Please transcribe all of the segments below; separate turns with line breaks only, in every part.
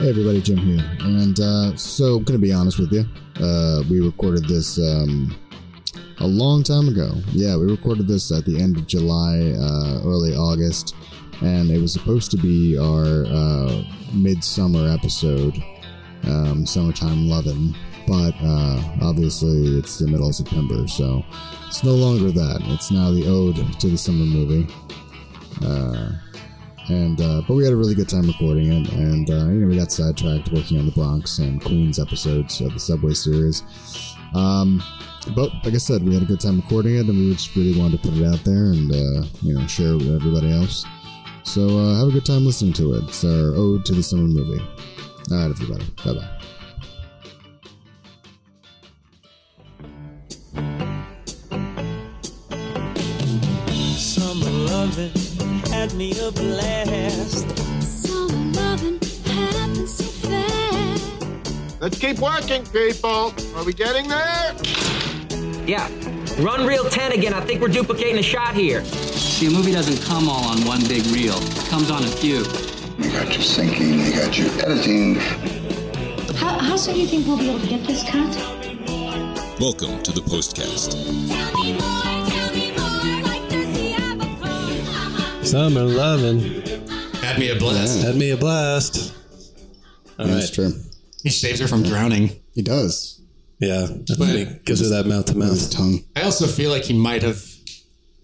Hey everybody, Jim here, and uh, so I'm gonna be honest with you. Uh, we recorded this um, a long time ago. Yeah, we recorded this at the end of July, uh, early August, and it was supposed to be our uh, midsummer episode, um, summertime lovin'. But uh, obviously, it's the middle of September, so it's no longer that. It's now the ode to the summer movie. Uh, and uh, but we had a really good time recording it, and uh, you know we got sidetracked working on the Bronx and Queens episodes of the Subway series. Um, but like I said, we had a good time recording it, and we just really wanted to put it out there and uh, you know share it with everybody else. So uh, have a good time listening to it. It's our ode to the summer movie. All right, everybody. Bye bye.
Summer loving had me a blast.
Summer loving happens so fast.
Let's keep working, people. Are we getting there?
Yeah. Run reel 10 again. I think we're duplicating a shot here.
See, a movie doesn't come all on one big reel. It comes on a few.
They got your syncing, they got your editing,
How, how soon do you think we'll be able to get this cut?
Welcome to the postcast.
Tell me more, tell me more, like there's the apple
Summer loving
Had me a blast.
had me a blast. All
Yeah,
right.
That's true.
He saves her from drowning.
He does.
Yeah. That's when he gives her that mouth to
With his
mouth.
tongue.
I also feel like he might have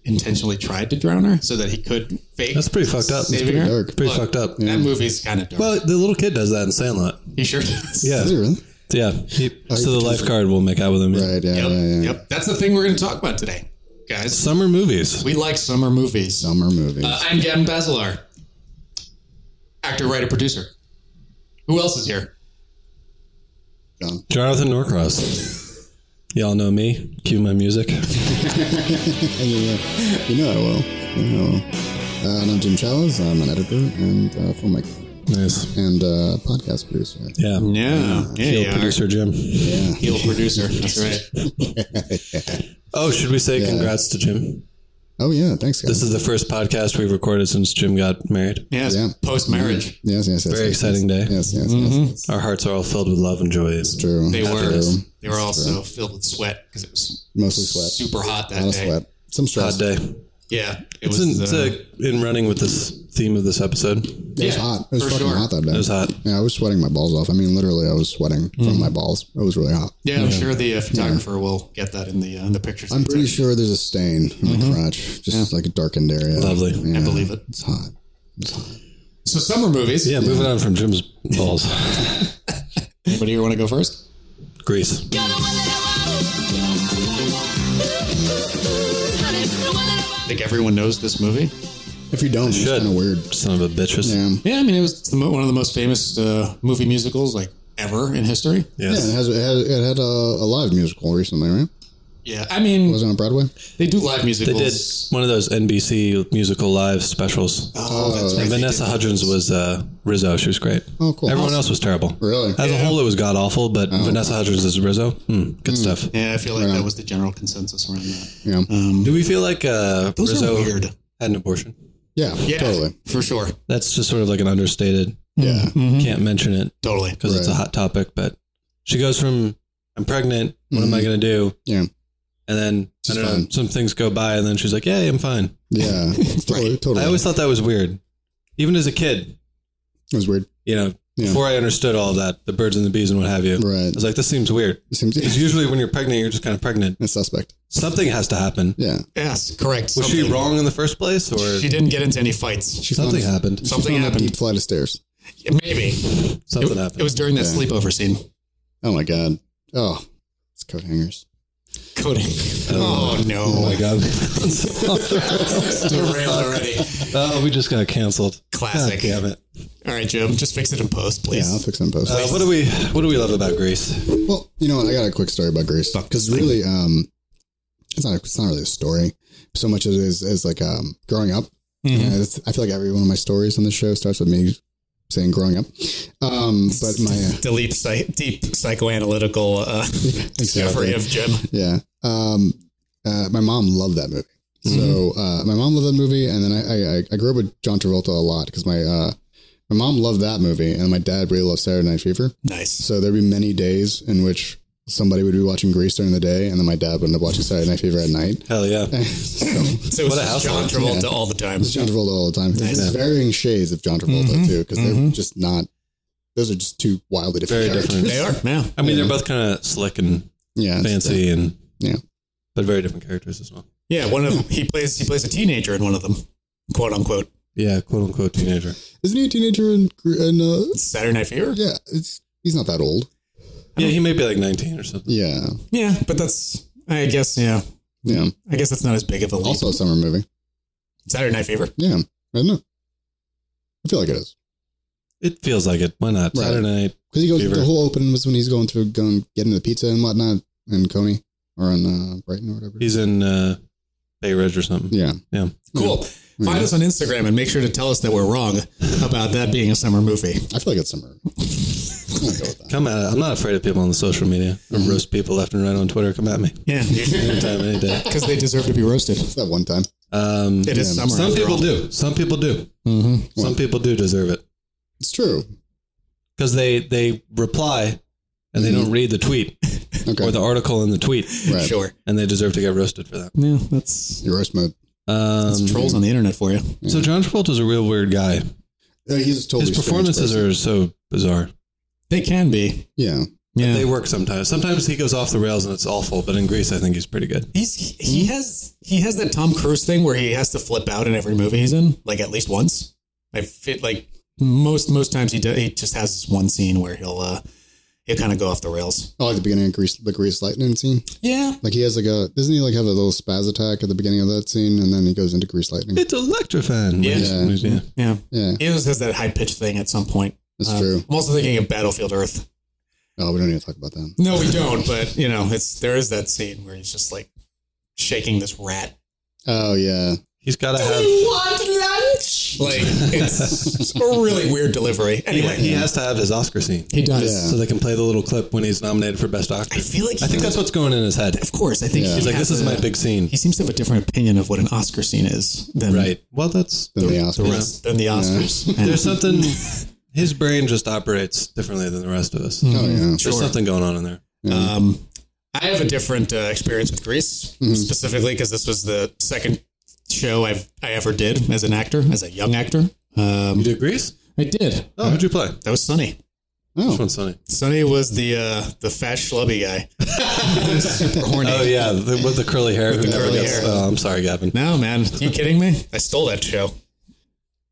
intentionally tried to drown her so that he could fake.
That's pretty fucked up.
saving
That's pretty
her.
dark.
Pretty
Look,
fucked up.
That movie's kind of dark.
Well, the little kid does that in Sandlot.
he sure does.
Yeah.
Is he really?
Yeah. He, so the
you-
lifeguard will make out with him.
Right. Yeah.
Yep.
yeah, yeah.
Yep. That's the thing we're going to talk about today, guys.
Summer movies.
We like summer movies.
Summer movies.
Uh, I'm Gavin Basilar, actor, writer, producer. Who else is here?
John.
Jonathan Norcross. Y'all know me. Cue my music.
Yeah, yeah. You know I will. You know I will. Uh, and I'm Jim Challis. I'm an editor and uh, filmmaker
Nice.
and uh, podcast producer.
Yeah.
No. Yeah,
Heel
you are.
producer Jim.
Heel producer. That's right.
Oh, should we say congrats to Jim?
Oh yeah, thanks guys.
This is the first podcast we've recorded since Jim got married.
Yes.
Yeah.
Post marriage.
yes, yes, yes.
Very
yes,
exciting day.
Yes, yes, yes. yes.
Our hearts are all filled with love and joy. It's
True.
They were.
True.
They were also filled with sweat because it was
Mostly sweat.
super hot
a
that
lot of
day.
sweat. Some stress.
Hot day.
Yeah, it
It's,
was.
in, it's
uh,
uh, in running with this theme of this
It
episode.
was
Yeah,
hot. It was
for
fucking
sure.
hot that day. It
was hot.
Yeah, I was sweating my balls off. I mean, literally, I was sweating from my balls. It was really hot.
yeah, I'm sure the uh, photographer will get that in the uh, in the pictures.
I'm pretty sure there's a stain on my crotch, just like a darkened area.
Lovely.
Yeah,
I believe it.
It's hot. It's hot.
So summer movies.
Yeah, moving on from Jim's balls.
Anybody here want to go first?
Grease.
I think everyone knows this movie.
If you don't, it's
should.
kind of weird.
Son of a bitches.
Yeah.
Yeah, I mean it was the mo- one of the most famous uh, movie musicals like ever in history.
Yeah, it
Yes.
has it had, it had a, a live musical recently, right?
Yeah, I mean
Was it on Broadway?
they do live
They
musicals.
did one of those NBC musical live specials.
Oh, that's right.
And
they
Vanessa
did.
Hudgens was uh, Rizzo. She was great.
Oh, cool.
Everyone else was terrible.
Really?
As a whole, it was god awful, but Vanessa Hudgens is Rizzo. Hmm, good stuff.
Yeah, I feel like that was the general consensus around that. Um,
Yeah,
Do we feel like uh,
Those
Rizzo
are weird.
had an abortion?
yeah,
Yeah, Mm.
totally.
for sure.
That's just sort of like an understated.
Yeah,
Mm-hmm. Hmm.
Can't mention it
Totally.
because it's a
Right.
hot topic. But she goes from I'm pregnant. What am I going to do?
Mm-hmm. yeah,
And then I don't know.
fine.
Some things go by, and then she's like, "Yay, I'm fine."
yeah. totally, totally.
I always thought that was weird, even as a kid.
it was weird.
You know, before I understood all that, the birds and the bees and what have you.
Right.
I was like, "This seems weird."
It seems
Because
it's
usually when you're pregnant, you're just kind of pregnant.
suspect.
Something has to happen.
Yeah,
Yes, correct.
Was she
Something-
wrong in the first place, or
She didn't get into any fights.
she
something
found,
happened?
she
Something
found a
happened.
deep flight of stairs.
Maybe it,
Something happened.
it was during that sleepover scene.
Oh my god. Oh, it's coat hangers.
Coding. Oh, no.
oh my god.
Derailed already.
oh, we just got canceled.
Classic.
God damn it.
All right, Jim, just fix it in post,
Yeah, I'll
please.
fix it in post.
Uh, what do we What do we love about Greece?
Well, you know what? I got a quick story about Greece because really, um, it's not it's not really a story so much as it is as like um growing up.
Mm-hmm.
You know, it's, I feel like every one of my stories on the show starts with me saying growing up. Um, but my uh,
Delete psy- deep psychoanalytical uh, discovery of Jim.
yeah, um, uh, my mom loved that movie.
Mm-hmm.
So uh, my mom loved that movie, and then I I, I- I grew up with John Travolta a lot because my uh, My mom loved that movie, and my dad really loved Saturday Night Fever.
Nice.
So there'd be many days in which somebody would be watching Grease during the day, and then my dad would end up watching Saturday Night Fever at night.
Hell yeah.
so,
So it was
What a
just John
household.
Travolta
Yeah.
all the time.
it's John Travolta all the time. There's
Nice.
varying shades of John Travolta
Mhm.
too, because they're
Mhm.
just not. Those are just two wildly different
Very
characters.
different.
They are now.
I mean,
Yeah.
they're both kind of slick and
Yeah, it's-
fancy and
Yeah.
but very different characters as well.
Yeah, one of them, he plays he plays a teenager in one of them, quote unquote.
Yeah, quote unquote teenager.
Isn't he a teenager in? Gre- in uh,
Saturday Night Fever.
yeah, it's, he's not that old.
Yeah, he may be like 19 or something.
Yeah,
Yeah, but that's I guess yeah,
yeah.
Mm-hmm.
I guess that's not as big of a leap.
Also a summer movie.
Saturday Night Fever.
Yeah, I don't know. I feel like it is
It feels like it. Why not?
Right.
Saturday night.
because he goes.
Fever.
The whole opening was when he's going through, going getting the pizza and whatnot, and Coney or in uh, Brighton or whatever.
He's in uh, Bay Ridge or something.
yeah,
Yeah.
Cool. Find us on Instagram and make sure to tell us that we're wrong about that being a summer movie.
I feel like it's summer. I'm gonna go with that.
Come at it. I'm not afraid of people on the social media. I roast people left and right on Twitter. Come at me.
Yeah,
Anytime, any day.
because they deserve to be roasted.
That one time.
Um,
It is summer.
some
after
people
all.
do. Some people do.
Mhm.
Some people do deserve it
It's true.
because they they reply and they don't read the tweet
Okay.
or the article in the tweet,
right.
Sure.
and they deserve to get roasted for that.
Yeah, that's,
Your roast mode.
that's
Um,
trolls on the internet for you.
so John Travolta's a real weird guy.
Uh, he's a totally
His
strange
performances
person.
are so bizarre.
They can be.
Yeah.
Yeah.
They work sometimes. Sometimes he goes off the rails and it's awful. But in Greece, I think he's pretty good.
He's he, he has he has that Tom Cruise thing where he has to flip out in every movie he's in, like at least once. I fit like most most times he do, he just has this one scene where he'll uh he'll kind of go off the rails.
I like the beginning of Grease, the Grease Lightning scene.
Yeah,
Like he has like a doesn't he like have a little spaz attack at the beginning of that scene and then he goes into Grease Lightning.
It's electrifying.
Yeah.
yeah.
yeah.
Yeah,
He always has that high pitched thing at some point.
that's
Uh,
true.
I'm also thinking of Battlefield Earth.
Oh, we don't need to talk about that.
No, we don't. but you know, it's there is that scene where he's just like shaking this rat.
Oh yeah,
He's got to have.
Like it's a really weird delivery. Anyway,
He has to have his Oscar scene.
he does.
Yeah.
So they can play the little clip when he's nominated for Best Actor.
I feel like
I think that's what's going in his head.
Of course, I think
Yeah.
he
He's like,
has
this is
a-
my big scene.
He seems to have a different opinion of what an Oscar scene is than
Right. Well, that's
then the
the
Oscar.
rest than the Oscars. And-
there's something. His brain just operates differently than the rest of us.
Oh yeah,
There's something going on in there.
um, I have a different uh, experience with Grease specifically because this was the second show I've I ever did as an actor, as a young actor. Um,
You did Grease?
I did.
Oh, who'd you play?
That was Sonny.
Which one's Sonny?
Sonny was the uh, the fat schlubby guy. Super horny.
Oh yeah, the, with the curly hair. who
the
never
curly
gets-
hair.
Oh, I'm sorry, Gavin.
No, man. you kidding me? I stole that show.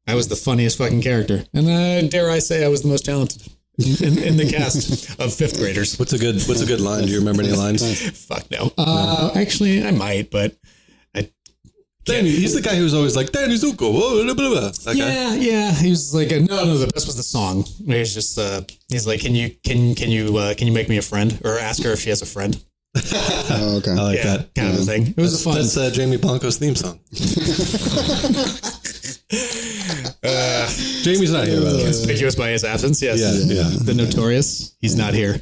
I was the funniest fucking character. And uh, dare I say, I was the most talented in, in the cast of fifth graders.
What's a good What's a good line? Do you remember any lines?
Fuck no. Uh, actually, I might, but
Danny, he's the guy who's always like Danny Zuko. Whoa, blah, blah, blah. That guy.
yeah, yeah. He was like, a, no, no. The best was the song. He was just, uh, he's like, can you, can, can you, uh, can you make me a friend or ask her if she has a friend?
oh okay.
I like
Yeah,
that.
kind of a thing. It was a fun.
That's uh, Jamie Blanco's theme song.
Uh,
Jamie's not here, by the way.
conspicuous by his absence. Yes,
Yeah,
the notorious. He's not here.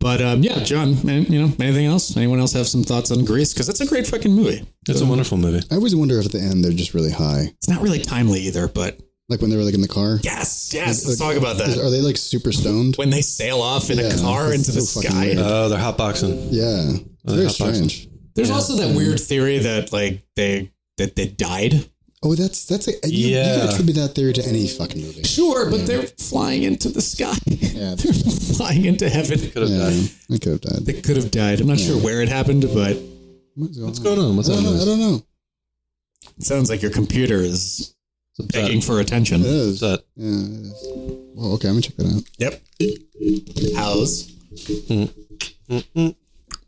But um, yeah, John. man, you know, anything else? Anyone else have some thoughts on Grease? Because that's a great fucking movie.
It's a wonderful movie.
I always wonder if at the end they're just really high,
It's not really timely either, but
like when they were like in the car.
yes, yes. Let's talk about
Is-
that.
Are they like super stoned?
When they sail off in
Yeah,
a car
it's
into the
so fucking
sky.
weird.
Oh, they're hotboxing.
Yeah, it's
Uh,
very
hot boxing.
strange.
There's also that weird theory that like they that they died.
Oh, that's that's a, you, you
Yeah.
can attribute that theory to any fucking movie.
Sure, but they're flying into the sky.
Yeah.
they're flying into heaven.
Could have
Yeah,
died.
I could have died.
They could have died. I'm not sure where it happened, but
What's going,
What's going on? What's
I don't know. I
on?
don't know.
it sounds like your computer is begging for attention.
It is.
What's that?
Yeah, it is. Well, okay, I'm gonna check that out.
Yep. House.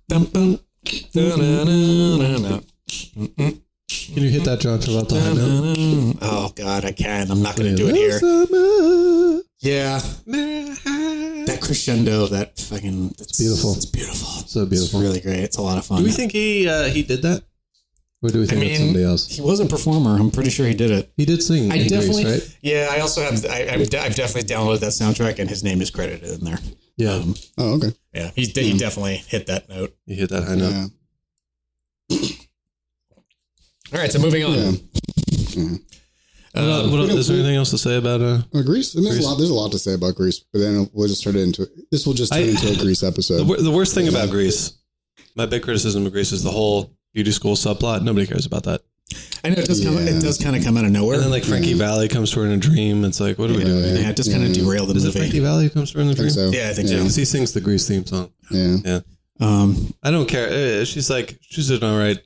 Dum, bum. Da-na-na-na-na.
Can you hit that John Travolta high note?
Oh God, I can. I'm not going to do it here. Yeah, that crescendo, that fucking. It's
beautiful.
It's beautiful.
So beautiful.
It's really great. It's a lot of fun.
Do we think he uh, he did that, or do we
I
think it's
mean,
somebody else?
he was a performer. I'm pretty sure he did it.
He did sing.
I
in Grease,
definitely.
right?
Yeah, I also have. I, I've, de- I've definitely downloaded that soundtrack, and his name is credited in there.
Yeah,
Oh, okay.
Yeah, he, de-
Hmm.
he definitely hit that note.
he hit that high note.
Yeah.
All right, so moving on.
What else- what else- Um, is there anything else to say about uh,
Uh, Greece. I mean, there's
Grease.
a lot. There's a lot to say about Greece, but then we'll just turn it into. This will just turn
I-
into a Greece episode.
the, wor- the worst thing about Greece? My big criticism of Greece is the whole beauty school subplot. Nobody cares about that.
I know it does come.
Yeah.
It does kind of come out of nowhere.
And then like Frankie Valley comes to her in a dream. It's like, what are we doing? here?
yeah, it does kind of
Yeah.
derail the
Is it
movie.
Frankie Valley who comes to her in the
I think
dream?
so.
Yeah, I think
Yeah,
so.
'cause he sings the Grease theme song.
Yeah.
Yeah,
Um,
I don't care. Eh, She's like, she's an all right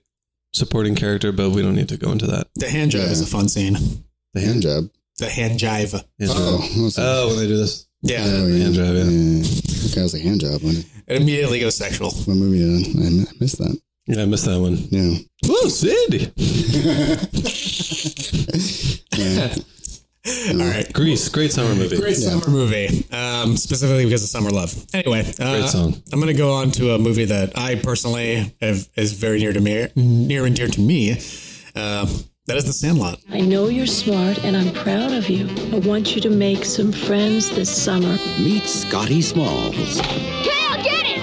supporting character, but we don't need to go into that.
the hand jive
Yeah.
is a fun scene.
The
Hand
hand
job.
The hand jive.
hand
Oh,
job. Oh, when they do this.
Yeah,
Oh,
the hand job, yeah.
Okay, it was a hand job. When
it immediately goes sexual.
what movie did I, I missed that?
Yeah, I missed that one.
Yeah.
Oh, Sid!
yeah.
All right.
Grease, great summer movie.
Great summer movie, um, specifically because of summer love. Anyway, uh,
Great song.
I'm going to go on to a movie that I personally have, is very near to me, near and dear to me. Uh, that is The Sandlot.
I know you're smart and I'm proud of you. I want you to make some friends this summer.
Meet Scotty Smalls.
Cal, get it!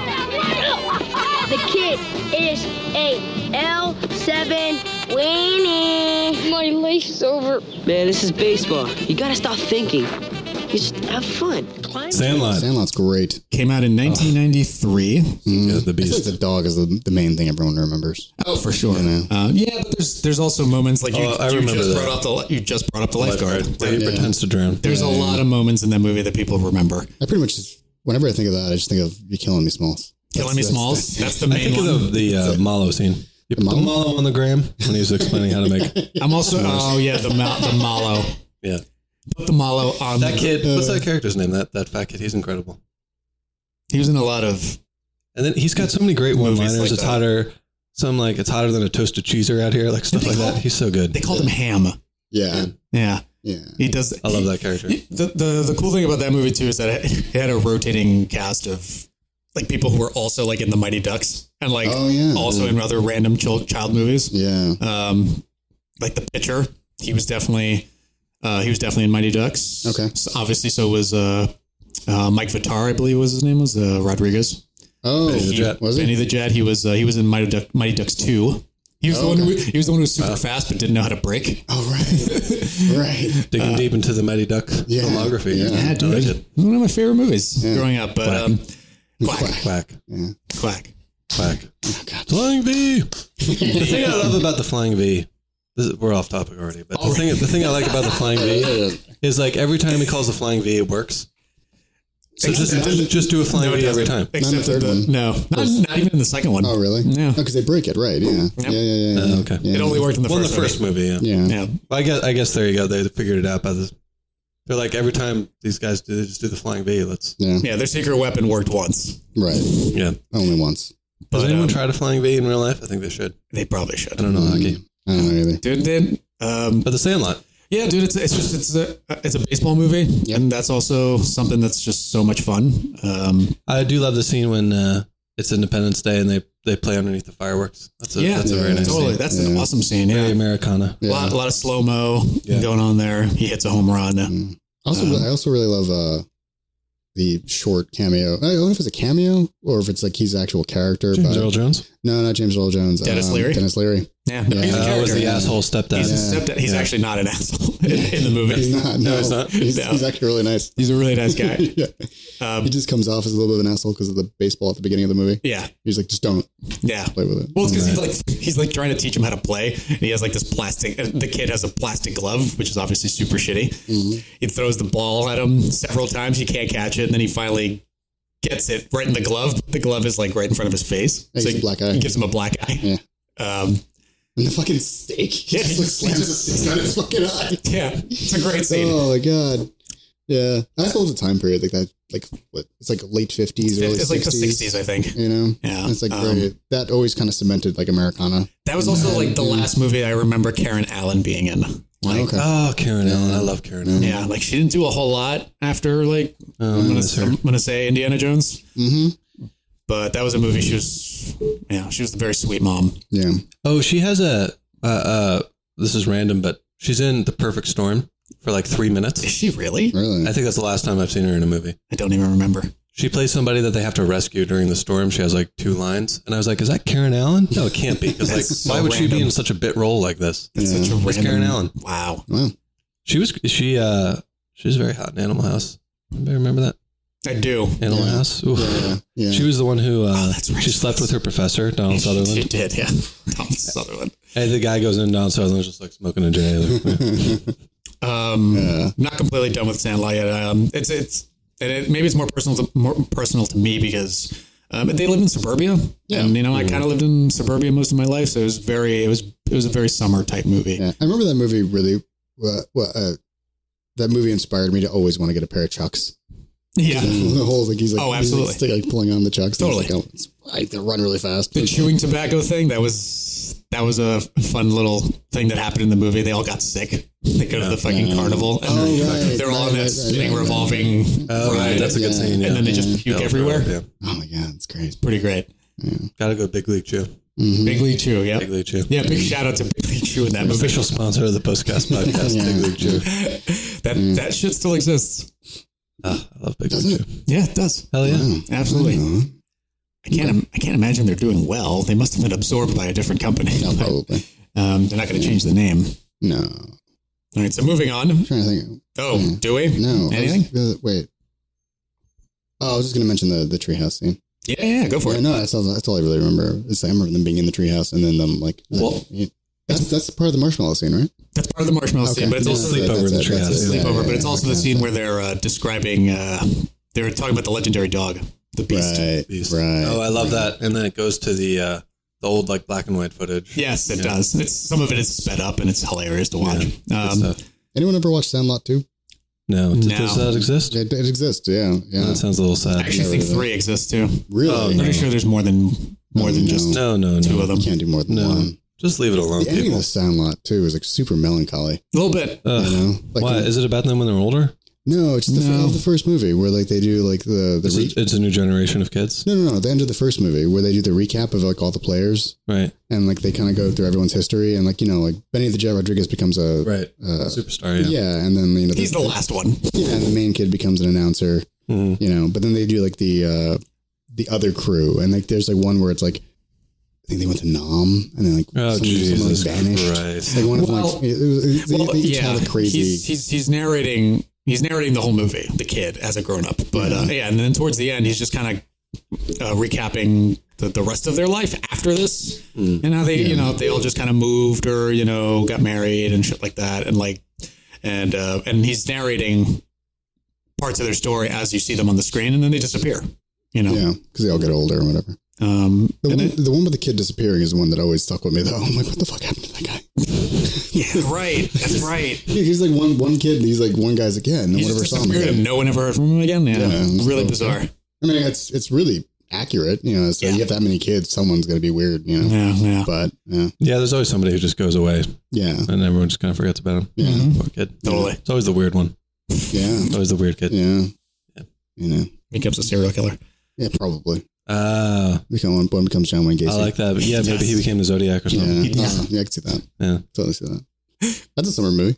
The kid is a L7 weenie. My life's over.
Man, this is baseball. You gotta stop thinking. You just have fun. Climb.
Sandlot.
Sandlot's great.
Came out in 1993.
Yeah, the
I feel like
Beast.
the dog is the, the main thing everyone remembers.
Oh, for sure.
You know.
Uh, yeah, but there's there's also moments like you,
Oh, I
you
remember
just
that.
brought up the you just brought up the lifeguard.
Lifeguard. Where he
Like,
pretends to drown.
There's a lot of moments in that movie that people remember.
I pretty much just, whenever I think of that, I just think of you killing me, Smalls.
Killing Me Smalls. That's the
I
main
think
one.
of the uh, Malo scene. You put the
Malo?
Malo on the gram when he was explaining how to make.
I'm also. Oh yeah, the mal- the Malo.
Yeah.
Put the Malo on
That
the- uh,
kid, what's that character's name? That that fat kid, he's incredible.
He was in a lot of.
And then he's got so many great one
Movies
liners.
like
it's
that.
hotter. Some like it's hotter than a toasted cheeser out here, like stuff
they
like
call-
that. He's so good.
They called him Ham.
Yeah.
Yeah,
Yeah.
he does.
I love that character.
He- The, the the cool thing about that movie too is that it had a rotating cast of like people who were also like in the Mighty Ducks and like
Oh, yeah.
also in other random child child movies.
Yeah.
um, like the pitcher. He was definitely uh, he was definitely in Mighty Ducks.
Okay.
So obviously, so was uh, uh, Mike Vitar, I believe was his name was uh, Rodriguez.
Oh,
Benny the Jet.
was
Benny
it?
the Jet. He was uh, he was in Mighty, Duck, Mighty Ducks two. He was the one who he was the one who was super fast but didn't know how to break.
Uh. Oh, right. right.
Digging deep into the Mighty Duck
yeah.
filmography.
Yeah.
I
uh, dude.
like it.
One of my favorite movies growing up, but
Quack.
um, quack,
Quack,
quack.
quack.
Oh,
Flying V. the thing I love about the Flying V. This is, we're off topic already, but the thing the thing I like about the Flying V is like every time he calls the Flying V, it works. So just just, just do a Flying V every time.
Not in the
Except
third
for the-
one.
no, not, not even in the second one.
Oh, really?
Yeah.
because they break it, right? Yeah. Yeah, yeah, yeah. yeah.
Uh, okay.
Yeah.
Oh, It only worked in the
well,
first.
the first movie, yeah.
Yeah.
movie. Yeah.
Well, I guess I guess there you go. They figured it out by the. They're like every time these guys do, they just do the flying V. Let's
Yeah.
Yeah, their secret weapon worked once.
Right.
yeah.
Only once.
Does
But,
anyone
um,
try to flying V in real life? I think they should.
They probably
I
should.
don't know hockey,
Mm. I don't know either.
Dude, then um,
but The Sandlot.
Yeah, dude, it's it's just it's a it's a baseball movie, and that's also something that's just so much fun. Um,
I do love the scene when uh, it's Independence Day and they they play underneath the fireworks. That's a,
yeah,
that's a very nice
totally.
scene.
That's
Yeah.
an awesome scene.
Very
Yeah,
Americana.
a, lot, a lot of slow mo
Yeah.
going on there. He hits a home run.
Also,
Um,
I also really love uh, the short cameo. I don't know if it's a cameo or if it's like he's actual character.
James
but
Earl Jones.
no, not James Earl Jones. Um,
Dennis Leary?
Dennis Leary.
Yeah,
Yeah.
he's
Uh,
a
That Oh, was
character.
the
Yeah.
asshol stepdad.
He's, a
Yeah.
stepdad. he's
Yeah.
actually not an asshole in, in the movie.
He's not. No,
he's not?
He's,
No.
he's actually really nice.
He's a really nice guy.
yeah. he
Um,
just comes off as a little bit of an asshole because of the baseball at the beginning of the movie.
yeah,
He's like, just don't
yeah.
play with it.
Well, it's because he's like he's like trying to teach him how to play, and he has like this plastic. uh, The kid has a plastic glove, which is obviously super shitty.
Mm-hmm.
He throws the ball at him several times. He can't catch it, and then he finally gets it right in the glove. but The glove is like right in front of his face.
Yeah, he gets
he-
a black eye.
He gives him a black eye.
Yeah.
Um,
And the fucking steak. He
Yeah,
just
he
like
just-
slams a steak on his fucking eye.
yeah, it's a great scene.
Oh my god. Yeah. I also love the time period. Like that like what it's like late fifties, early
it's like the
sixties.
'60s, I think.
You know?
Yeah.
It's like
Um,
great. That always kind of cemented like Americana.
That was also like the
Mm-hmm.
last movie I remember Karen Allen being in. Like, uh,
okay.
Oh, Karen Allen. I love Karen
Oh,
Allen.
yeah, like she didn't do a whole lot after like
Oh,
I'm
I
gonna,
miss her.
I'm gonna say Indiana Jones.
Mm-hmm.
but that was a movie she was yeah she was a very sweet mom
Yeah.
Oh, she has a. Uh, uh, this is random, but she's in The Perfect Storm for like three minutes.
is she really
Really.
I think that's the last time I've seen her in a movie.
i don't even remember
She plays somebody that they have to rescue during the storm. She has like two lines, and I was like, "Is that Karen Allen?" No, it can't be because like,
That's so
why would she
random.
be in such a bit role like this?
that's
Yeah.
such a
It's
random
Karen Allen.
wow
wow.
She was she uh she was very hot in Animal House. Anybody remember that?
I do.
Animal House. Oof.
yeah. Oh,
She was the one who uh, she slept with her professor, Donald Sutherland.
She did, yeah. Donald Sutherland.
And the guy goes in, Donald Sutherland's just like smoking a J. Like, yeah.
Um, Not completely done with Sandlot yet. Um, it's it's and it, maybe it's more personal to, more personal to me because um, they live in suburbia, and you know I kind of lived in suburbia most of my life, so it was very it was it was a very summer type movie.
Yeah, I remember that movie really. Uh, well, uh, that movie inspired me to always want to get a pair of chucks.
Yeah.
the whole like he's like he's,
Oh,
like,
absolutely.
still, like, pulling on the chucks. and he's
Totally.
like, oh, it's- I they run really fast.
The chewing tobacco thing that was that was a fun little thing that happened in the movie. They all got sick. They go to the
Mm.
fucking carnival and
Oh, right,
they're all in
right,
that
right,
spinning
right, right.
revolving
Oh,
ride.
right, that's a good
Yeah.
scene. Yeah.
And then they just puke
Yeah.
everywhere.
Yeah.
Oh my god, it's great.
Pretty great.
Gotta go Big League Chew.
Big League Chew, yeah.
Mm-hmm. Big League Chew.
Yeah, big shout out to Big League Chew in that movie.
Official sponsor of the Postcast podcast,
Yeah.
Big League Chew.
That
Mm.
that shit still exists.
Ah, I love Big League
Doesn't
Chew.
Yeah, it does. Mm.
Hell yeah. Mm.
Absolutely. I can't. I can't imagine they're doing well. They must have been absorbed by a different company.
probably.
Um, they're not going to change the name.
No.
All right. So moving on.
trying to think.
Oh, do we?
No. I was-
Anything?
uh, wait. Oh, I was just gonna mention the the treehouse scene.
Yeah, yeah, go for
Yeah,
it.
No, that's all, that's all I really remember. Is I remember them being in the treehouse and then them like. uh,
Well-
yeah. that's that's part of the marshmallow scene, right?
That's part of the marshmallow
Okay.
scene, but it's
Yeah,
also
that's
the
it, that's it, that's it. Yeah,
sleepover.
yeah,
but it's
yeah,
also
okay.
the scene where they're uh, describing. Uh, they're talking about the legendary dog, the beast.
Right. Right.
Oh, I love that. And then it goes to the uh, the old like black and white footage.
Yes, it
Yeah.
does. It's some of it is sped up and it's hilarious to watch. um,
uh, Anyone ever watched Sandlot two?
uh, No, d-
No.
does that exist?
It, it exists. Yeah. Yeah.
That sounds a little
I
sad.
actually think three exists too.
Really?
Oh,
I'm
no.
pretty sure there's more than more than just
No, no,
two
no.
of them.
You can't do more than
No.
one.
Just leave it alone,
The ending
people.
of Sandlot too is like super melancholy.
A little bit.
Ugh.
You know, like
Why? Is it about them when they're older?
no, it's the,
No.
the first movie where like they do like the the
It's
re-
a, it's a new generation of kids,
no no no the end of the first movie where they do the recap of like all the players
right?
and like they kind of go through everyone's history and like you know like Benny the Jet Rodriguez becomes a
Right.
uh,
Superstar. Yeah.
yeah and then you know
He's the last one.
yeah and the main kid becomes an announcer
Mhm.
you know but then they do like the uh the other crew and like there's like one where it's like I think they went to Nam and then like
Oh,
someone, someone
Jesus
vanished
Christ.
like one of them
Well-
like it was- it- they,
Well,
they each had a crazy
He's, he's he's narrating he's narrating the whole movie, the kid as a grown up. But uh, yeah, and then towards the end, he's just kind of uh, recapping the, the rest of their life after this,
Hmm.
and how they you know they all just kind of moved or you know got married and shit like that, and like and uh, and he's narrating parts of their story as you see them on the screen, and then they disappear. You know,
yeah because they all get older or whatever
um,
The
and
one,
it-
the one with the kid disappearing is the one that always stuck with me, though. I'm like, what the fuck happened to that guy?
yeah, right, that's right.
He- He's like one one kid, and he's like one guy's like, yeah, and no
He
one ever
just
saw him
disappeared,
again.
and no one ever heard from him again. Yeah,
Yeah.
really bizarre.
I mean, it's it's really accurate, you know. So
Yeah.
you have that many kids, someone's gonna be weird, you know.
Yeah, yeah.
But yeah,
Yeah, there's always somebody who just goes away,
yeah,
and everyone just kind of forgets about him. Mm-hmm.
yeah,
Poor kid.
Totally.
It's always the weird one.
yeah,
Always the weird kid.
yeah, You know,
becomes a serial killer.
yeah, probably.
Ah,
Become one, one becomes John Wayne Gacy.
I like that. But yeah, maybe he became the Zodiac or
Yeah,
something.
yeah. yeah, I can see that.
Yeah.
Totally see that. That's a summer movie.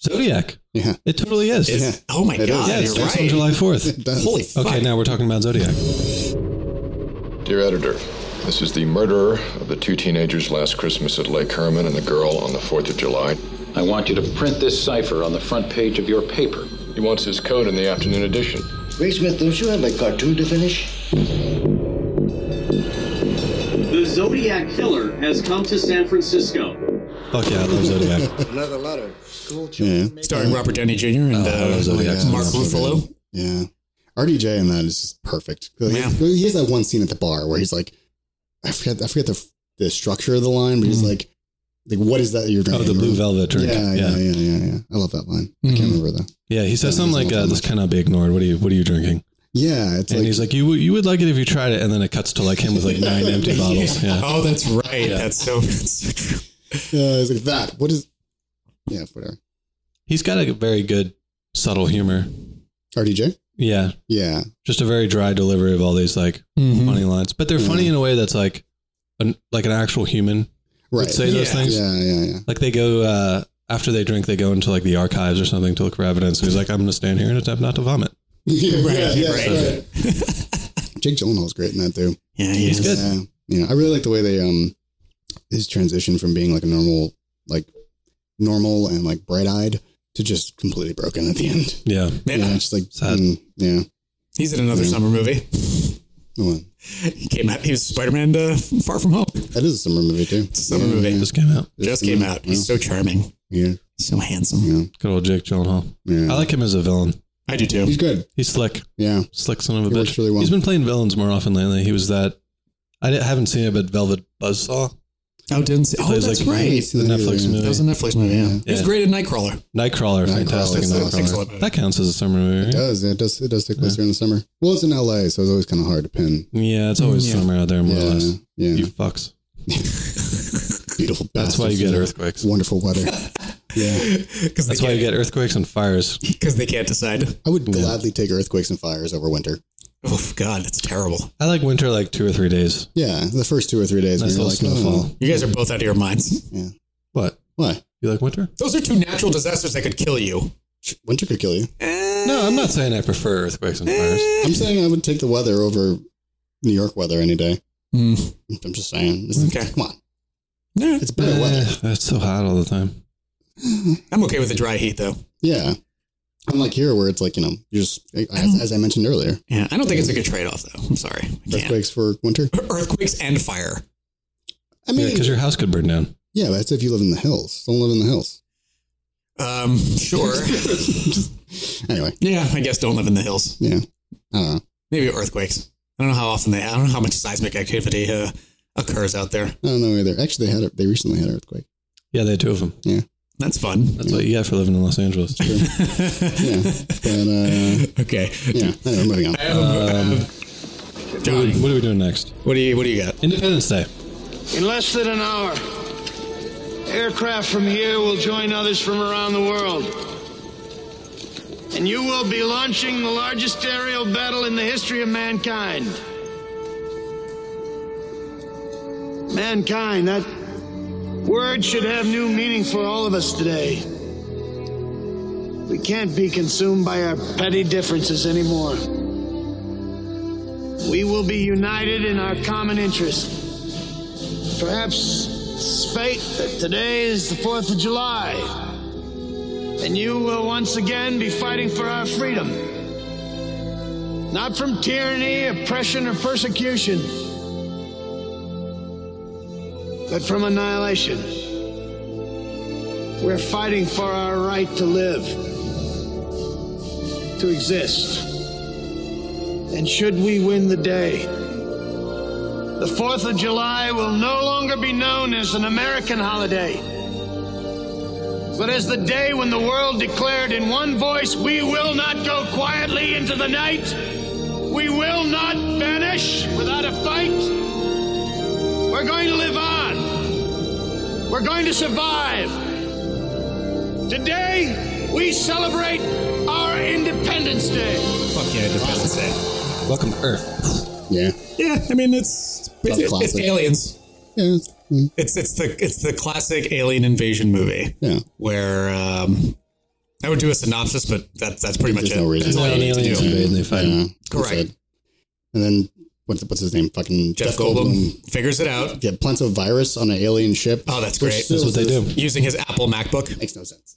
Zodiac.
Yeah,
It totally is.
Yeah.
Oh my
It is.
god,
Yeah, it's
you're
based on
right.
July 4th.
it does.
Holy fuck.
Okay, now we're talking about Zodiac.
Dear editor, this is the murderer of the two teenagers last Christmas at Lake Herman and the girl on the 4th of July.
I want you to print this cipher on the front page of your paper.
He wants his code in the afternoon edition.
Ray Smith, don't you have a cartoon to finish?
The Zodiac Killer has come to San Francisco.
Fuck yeah, I love Zodiac.
Another letter. School
yeah,
Starring Robert Downey Jr. and uh,
Oh, Zodiac's
Mark
awesome.
Ruffalo.
Yeah. RDJ in that is just perfect. Like,
Yeah.
He has that one scene at the bar where he's like, I forget, I forget the the structure of the line, but he's like, like what is that you're
Mm. Oh,
drinking?
the blue velvet drink. Mm-hmm.
Yeah, yeah, yeah, yeah, yeah, I love that line. I can't remember though.
Yeah, he says something like, uh, "This cannot be ignored." What are you What are you drinking?
Yeah, it's
and
like,
he's like, "You would you would like it if you tried it." And then it cuts to like him with like nine empty bottles. Yeah,
Oh, that's right. That's so. That's so true.
uh, it's like that. What is? Yeah, whatever.
he's got a very good subtle humor.
RDJ.
Yeah,
Yeah,
just a very dry delivery of all these like
Hmm.
funny lines, but they're funny in a way that's like an like an actual human
right.
would say those
Yeah.
things.
yeah, yeah, yeah.
Like they go uh, after they drink, they go into like the archives or something to look for evidence. And he's like, "I'm going to stand here and attempt not to vomit."
yeah,
Right,
yeah, yeah,
right.
right. Jake Gyllenhaal's great in that too.
Yeah, he
He's
is.
good.
Yeah. You know, I really like the way they um his transition from being like a normal like normal and like bright eyed to just completely broken at the end.
Yeah.
Yeah. just like, mm, yeah. Oh,
He's in another
Yeah.
summer movie.
What?
He came out. He was Spider Man uh, Far From Home.
That is a summer movie, too.
It's a summer movie.
Just came out.
Just came out. He's so charming.
Yeah.
So handsome.
Yeah.
Good old Jake Gyllenhaal.
Yeah.
I like him as a villain.
I do too.
He's good.
He's slick.
Yeah.
Slick son of a
He
bitch.
works really well.
He's been playing villains more often lately. He was that. I di- haven't seen it, but Velvet Buzzsaw.
Oh, didn't see. Oh,
Plays
that's
like
right.
the Netflix movie.
That was a Netflix movie. Yeah. He was
Yeah.
great in Nightcrawler.
Nightcrawler,
Nightcrawler, fantastic
that's
Nightcrawler.
an excellent movie.
That counts as a summer movie.
It
Right?
does. It does. It does take place during the summer. Well, it's in LA, so it's always kind of hard to pin.
Yeah, it's always
Mm, Yeah.
summer out there, more or
Yeah,
less.
yeah.
You fucks.
Beautiful.
That's why you
bastards
get
in their
earthquakes.
Wonderful weather. yeah.
Because
That's why you get earthquakes and fires.
Because they can't decide.
I would gladly take earthquakes and fires over winter.
Oh God, that's terrible.
I like winter like two or three days.
Yeah, the first two or three days
Nice
when you're like,
little snowfall.
oh,
You guys are both out of your minds.
What?
What?
You like winter?
Those are two natural disasters that could kill you.
winter could kill you.
Eh,
No, I'm not saying I prefer earthquakes and fires.
I'm saying I would take the weather over New York weather any day.
Hmm.
I'm just saying. This is-
Okay. Uh.
Come on.
Yeah.
It's better weather.
It's Eh, so hot all the time.
I'm okay with the dry heat though.
Yeah. Unlike here, where it's like, you know, you just, as, as I mentioned earlier,
Yeah, I don't think it's a good trade-off though. I'm sorry. I can't.
earthquakes for winter.
Earthquakes and fire.
I mean,
because your house could burn down.
yeah, but that's if you live in the hills. Don't live in the hills.
Um, sure.
Anyway,
yeah, I guess don't live in the hills.
yeah. I don't know.
Maybe earthquakes. I don't know how often they. I don't know how much seismic activity uh, occurs out there.
I don't know either. Actually, they had a, they recently had an earthquake.
Yeah, they had two of them.
Yeah.
That's fun.
That's what you get for living in Los Angeles.
Yeah. but, uh,
Okay.
yeah. Anyway, moving on.
I have a mo- uh, Johnny,
What are we doing next?
what do you what do you got?
Independence Day.
In less than an hour, aircraft from here will join others from around the world. And you will be launching the largest aerial battle in the history of mankind. Mankind, that word should have new meaning for all of us today. We can't be consumed by our petty differences anymore. We will be united in our common interest. Perhaps it's fate that today is the 4th of July, and you will once again be fighting for our freedom. Not from tyranny, oppression, or persecution, but from annihilation. We're fighting for our right to live, to exist. And should we win the day, the 4th of July will no longer be known as an American holiday, but as the day when the world declared in one voice, we will not go quietly into the night. We will not vanish without a fight. We're going to live on. We're going to survive. Today, we celebrate our Independence Day.
Fuck yeah, Independence Day.
Welcome to Earth.
Yeah.
Yeah, I mean it's it's,
That's
it's
classic.
aliens.
Yeah. it's- mm,
It's it's the it's the classic alien invasion movie
Yeah.
where um, I would do a synopsis, but that's that's pretty much
There's
it.
no reason.
That's all you need to
aliens
do.
invade and they fight.
Yeah, that's
Correct.
it. And then what's what's his name? Fucking
Jeff Goldblum figures it out
Yeah, plants a virus on an alien ship.
Oh, that's
which
great.
still
That's what they
is-
do.
using his Apple MacBook.
Makes no sense.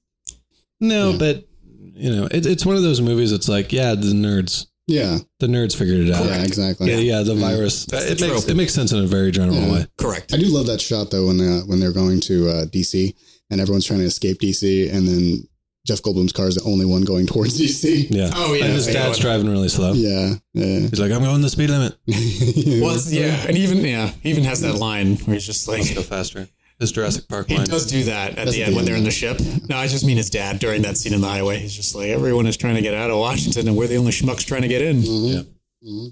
No, but you know, it, it's one of those movies. It's like, yeah, the nerds,
Yeah.
the nerds figured it out.
Yeah. Exactly.
Yeah, yeah, the virus.
That's
it
the
makes
trope.
it makes sense in a very general
Yeah.
way.
Correct.
I do love that shot though when uh, when they're going to uh, DC and everyone's trying to escape DC and then Jeff Goldblum's car is the only one going towards DC.
Yeah.
Oh, yeah,
And his
yeah,
dad's
yeah.
driving really slow.
Yeah. Yeah.
He's like, I'm going the speed limit.
Well, it's- yeah, and even yeah, he even has that line where he's just like
Let's go faster. His Jurassic Park
he
line.
does do that at
That's
the
the
end when
end.
they're in the ship. No, I just mean his dad during that scene in the highway. He's just like everyone is trying to get out of Washington, and we're the only schmucks trying to get in.
Mm.
Yeah.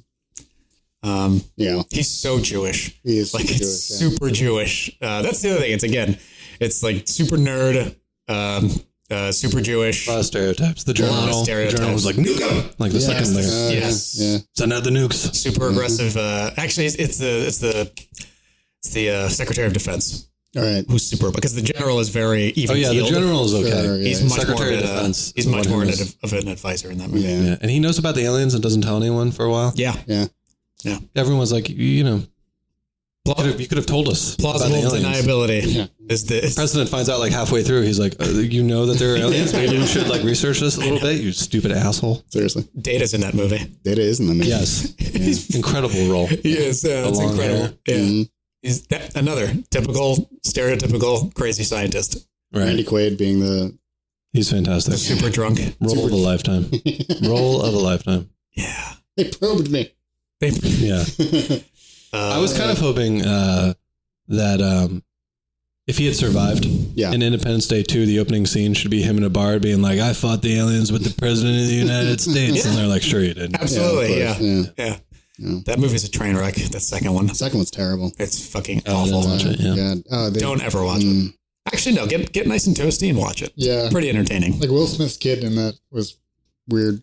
Um,
Yeah.
he's so Jewish.
He is
like
super
it's
Jewish, yeah.
super Jewish. Uh, that's the other thing. It's again, it's like super nerd, um, uh, super Jewish.
A lot of stereotypes. The
lot of
journal, the
stereotypes.
journal was like, nuke 'em!" Like the
Yeah.
second layer.
Uh,
Yes.
Yeah.
Send out the nukes.
super aggressive. Uh, actually, it's, it's the it's the it's the uh, Secretary of Defense
yeah. All right.
who's super because the general is very
Oh
even.
yeah, the general is okay.
Sure, yeah.
He's
Yeah.
much
Secretary
more
of
of, a-
Defense.
He's
The
much
one
more
who
an,
is-
of an advisor in that movie.
Yeah.
Yeah, and he knows about the aliens and doesn't tell anyone for a while.
Yeah.
Yeah.
Everyone's like, you know, You could have, you could have told us. about the
Plausible
aliens.
deniability
Yeah.
is the
president finds out like halfway through. He's like, uh, "You know that there are aliens. Maybe we should like research this a little bit." You stupid asshole.
Seriously,
Data's in that movie.
Data is in the movie.
Yes, incredible role.
Yes, yeah,
The
it's
long
incredible.
hair.
Yeah.
Mm-hmm.
He's that, another typical, stereotypical crazy scientist.
Right.
Randy Quaid being the
He's fantastic.
Super drunk.
Role
Super-
of a lifetime. Role of a lifetime.
they probed me.
They,
Yeah. I was kind of hoping uh, that um, if he had survived in Independence Day 2, the opening scene should be him in a bar being like, I fought the aliens with the President of the United States. And they're like, sure you did.
Absolutely. Yeah. Yeah.
Yeah.
That movie's a train wreck. That second one.
Second one's terrible.
It's fucking
I didn't
awful.
watch it, yeah.
God. Oh, they-
Don't ever watch it. Actually, no. Get get nice and toasty and watch it.
Mm. Yeah.
Pretty entertaining.
Like Will Smith's kid in that was weird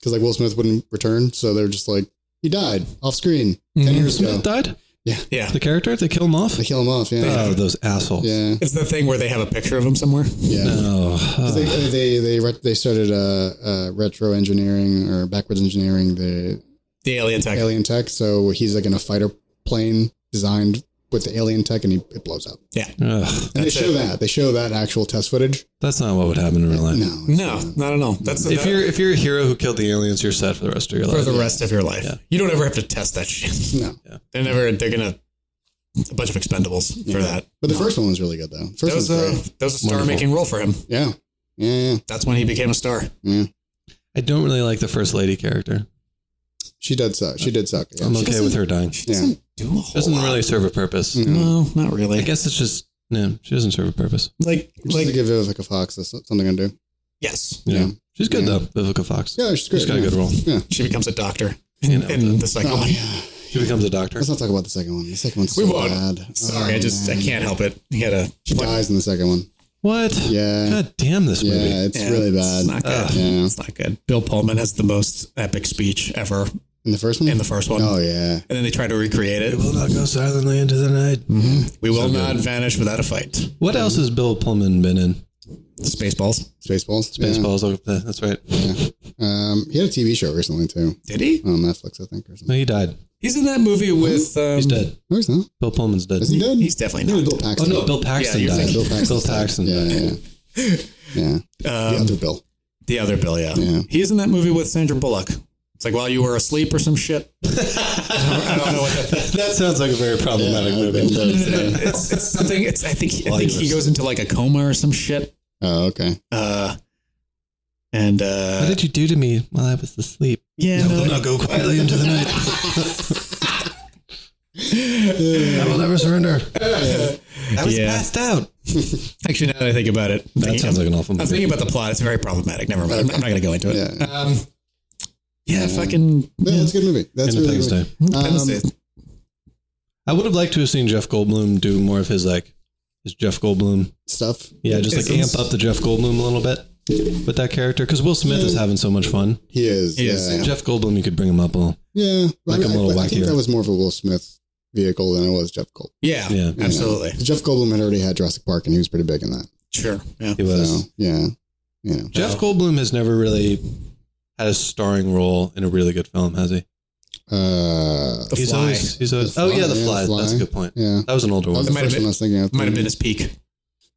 because like Will Smith wouldn't return, so they're just like he died off screen ten
Mhm.
years ago.
Smith died.
Yeah,
Yeah.
The character? They kill him off?
they kill him off. Yeah,
Oh, those assholes.
yeah.
It's the thing where they have a picture of him somewhere.
Yeah. 'Cause They,
Oh,
they they they ret- they started uh, uh, retro engineering or backwards engineering the
The alien tech.
alien tech. So he's like in a fighter plane designed with the alien tech, and he, it blows up.
Yeah.
Ugh.
And they
That's
show
it.
that they show that actual test footage.
that's not what would happen in real life.
No,
No, not at all. That's
If you're if you're a hero who killed the aliens, you're set for the rest of your
for
life.
the rest of your life.
Yeah.
You don't ever have to test that shit.
no.
They're never. They're gonna a bunch of expendables for that.
But the first one was really good though. First
That was,
one's
a,
great.
that was a star making role for him.
Yeah. Yeah, yeah,
That's when he became a star.
yeah.
I don't really like the first lady character.
She did suck. She did suck. Yeah.
I'm okay with her dying.
She
Yeah.
doesn't do a whole
Doesn't
lot.
really serve a purpose.
No, not really.
I guess it's just no. She doesn't serve a purpose.
like
Just
like
to give Vivica Fox a- something to do.
yes,
Yeah,
Yeah.
she's good
Yeah.
though. Vivica Fox.
Yeah, she's great.
She's got
yeah.
a good role.
Yeah.
she becomes a doctor
You know,
in the second
Oh
one.
yeah.
She becomes a doctor.
Let's not talk about the second one. The second one's
We
so
won't.
bad.
Sorry,
Oh,
I just I
man.
can't help it. He had a
She dies in the second one.
What?
Yeah.
God damn this
yeah,
movie.
it's really
It's
bad. Uh,
not good.
yeah.
It's not good. Bill Pullman has the most epic speech ever
In the first one?
in the first one.
Oh yeah.
And then they try to recreate it.
will not go silently into the night.
Mm-hmm.
We will not vanish without a fight.
What else has Bill Pullman been in?
Spaceballs.
Spaceballs. yeah.
Baseballs. Yeah. That's right.
Um he had a TV show recently too.
Did he?
On Netflix, I think, or something.
No, he died.
He's in that movie with. Um,
Uh-huh. He's dead.
No, he's not.
Bill Pullman's dead.
Is he dead?
He's definitely
No,
not.
Bill
Oh
Paxton.
no, Bill Paxton
Yeah, you're
died.
thinking-
Bill Paxton.
Bill Paxton
Yeah,
died.
yeah. Yeah. Yeah. the
Um,
other Bill.
the other Bill, yeah.
Yeah.
He's in that movie with Sandra Bullock. It's like while you were asleep or some shit. I don't know what that.
That sounds like a very problematic
Yeah,
movie.
it does, yeah.
It's, it's something. It's I think I
While you
think
were
he goes into like a coma or some shit.
Oh, okay.
Uh, and
What
uh,
did you do to me while I was asleep?
yeah, no,
not go quietly into the night. I will never surrender. I was
Yeah.
passed out.
actually, now that I think about it,
That sounds like an awful
I'm
movie.
thinking about the plot. It's very problematic. Never mind. I'm not, I'm not going to go into it.
Yeah.
Um, yeah, fucking.
No, that's a good movie. That's really
Independence
good.
Day.
Um,
Independence Day.
I would have liked to have seen Jeff Goldblum do more of his like his Jeff Goldblum.
Stuff.
Yeah, just like amp up the Jeff Goldblum a little bit with that character because Will Smith is having so much fun.
He is.
He
yeah.
is,
Jeff Goldblum, you could bring him up a little.
Yeah,
Like
I,
a little
I, I think
wackier.
that was more of a Will Smith vehicle than it was Jeff Goldblum.
yeah,
Yeah.
absolutely.
You know, Jeff Goldblum had already had Jurassic Park, and he was pretty big in that.
Sure. Yeah.
He was.
So yeah, you know,
Jeff Goldblum has never really had a starring role in a really good film, has he?
uh,
The
he's
Fly.
always he's always
The
oh yeah,
Fly,
the
yeah,
fly.
The
That's a
Fly.
good point.
yeah,
That was an older
that
one.
was the
might have
first
been-
one I was thinking of.
Might have been his peak.